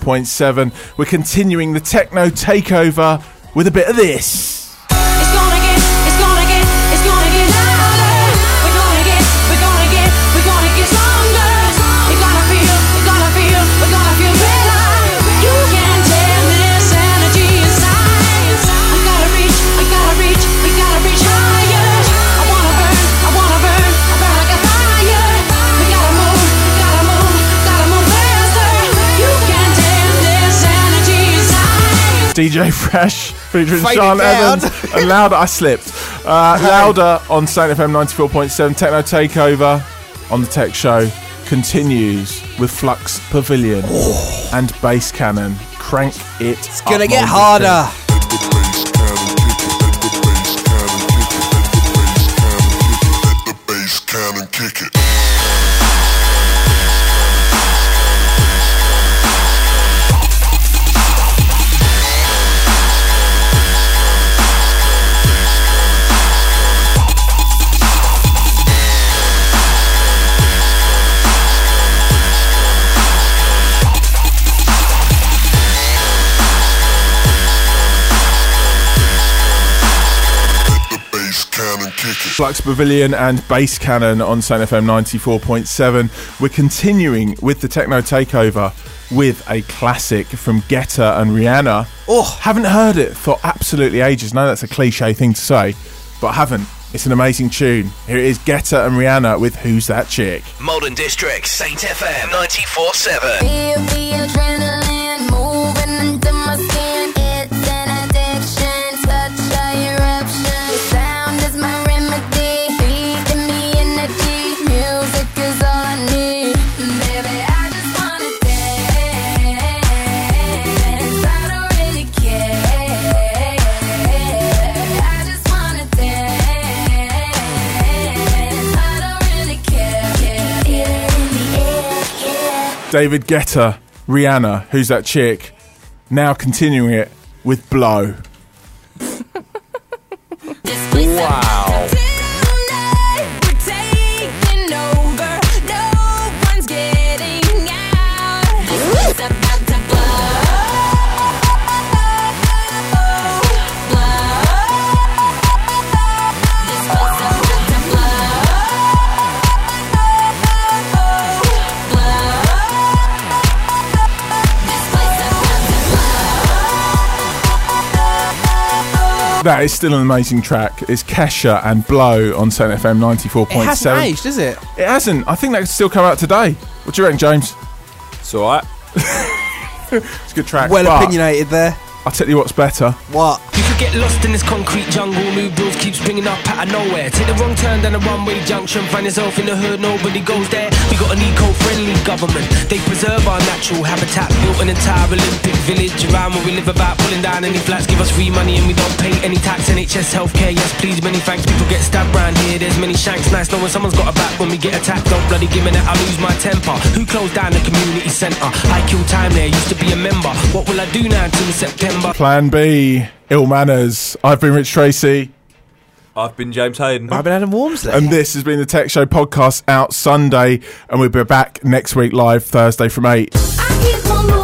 S1: 94.7. We're continuing the Techno Takeover with a bit of this.
S9: It's gonna get, it's gonna get, it's gonna get louder. We're gonna get, we're gonna get, we're gonna get stronger. You're gonna feel, you're gonna feel, we're gonna feel better. You can tell this energy is science. I gotta reach, I gotta reach, we gotta reach higher. I wanna burn, I wanna burn, I burn like a fire. We gotta move, we gotta move, gotta move faster. You can tell this energy is science.
S1: DJ Fresh featuring
S9: Fade it
S1: Sean
S9: down.
S1: Evans and Louder. I slipped. Uh, louder on Saint FM 94.7 Techno Takeover. on the Tech Show continues with Flux Pavilion and Bass Cannon. Crank it. It's
S3: gonna get harder.
S14: Bass cannon kick it.
S1: Flux Pavilion and Bass Cannon on Sound FM 94.7. We're continuing with the Techno Takeover with a classic from Guetta and Rihanna. Oh, haven't heard it for absolutely ages. No, that's a cliche thing to say, but haven't. It's an amazing tune. Here it is Guetta and Rihanna with Who's That Chick?
S15: Malden District, Saint FM 94.7.
S13: Feel the adrenaline moving into my skin. It's an addiction, such a eruption. Sound is my remedy, feeding me energy. Music is all I need, baby. I just wanna dance. I don't really care. I just wanna dance. I don't really care. Feel it in the air, yeah.
S1: David Guetta, Rihanna, Who's That Chick? Now continuing it with Blow.
S13: Wow.
S1: That is still an amazing track. It's Kesha and Blow on Sound FM 94.7.
S3: It hasn't aged, is it?
S1: It hasn't. I think that could still come out today. What do you reckon, James?
S2: It's all right.
S1: it's a good track.
S3: Well
S1: but
S3: opinionated there.
S1: I'll tell you what's better.
S3: What?
S16: You could get lost in this concrete jungle. New rules keep springing up out of nowhere. Take the wrong turn down a one-way junction. Find yourself in the hood, nobody goes there. We got an eco-friendly government. They preserve our natural habitat. Built an entire Olympic village around where we live about. Pulling down any flats, give us free money and we don't pay any tax. NHS healthcare, yes please, many thanks. People get stabbed round here. There's many shanks. Nice knowing someone's got a back when we get attacked. Don't bloody give me that, I lose my temper. Who closed down the community centre? I killed time there, used to be a member. What will I do now until September?
S1: Plan B, Ill Manners. I've been Rich Tracy.
S2: I've been James Hayden.
S3: I've been Adam Wormsley.
S1: And this has been the Tech Show podcast out Sunday. And we'll be back next week live Thursday from 8.
S13: keep on moving.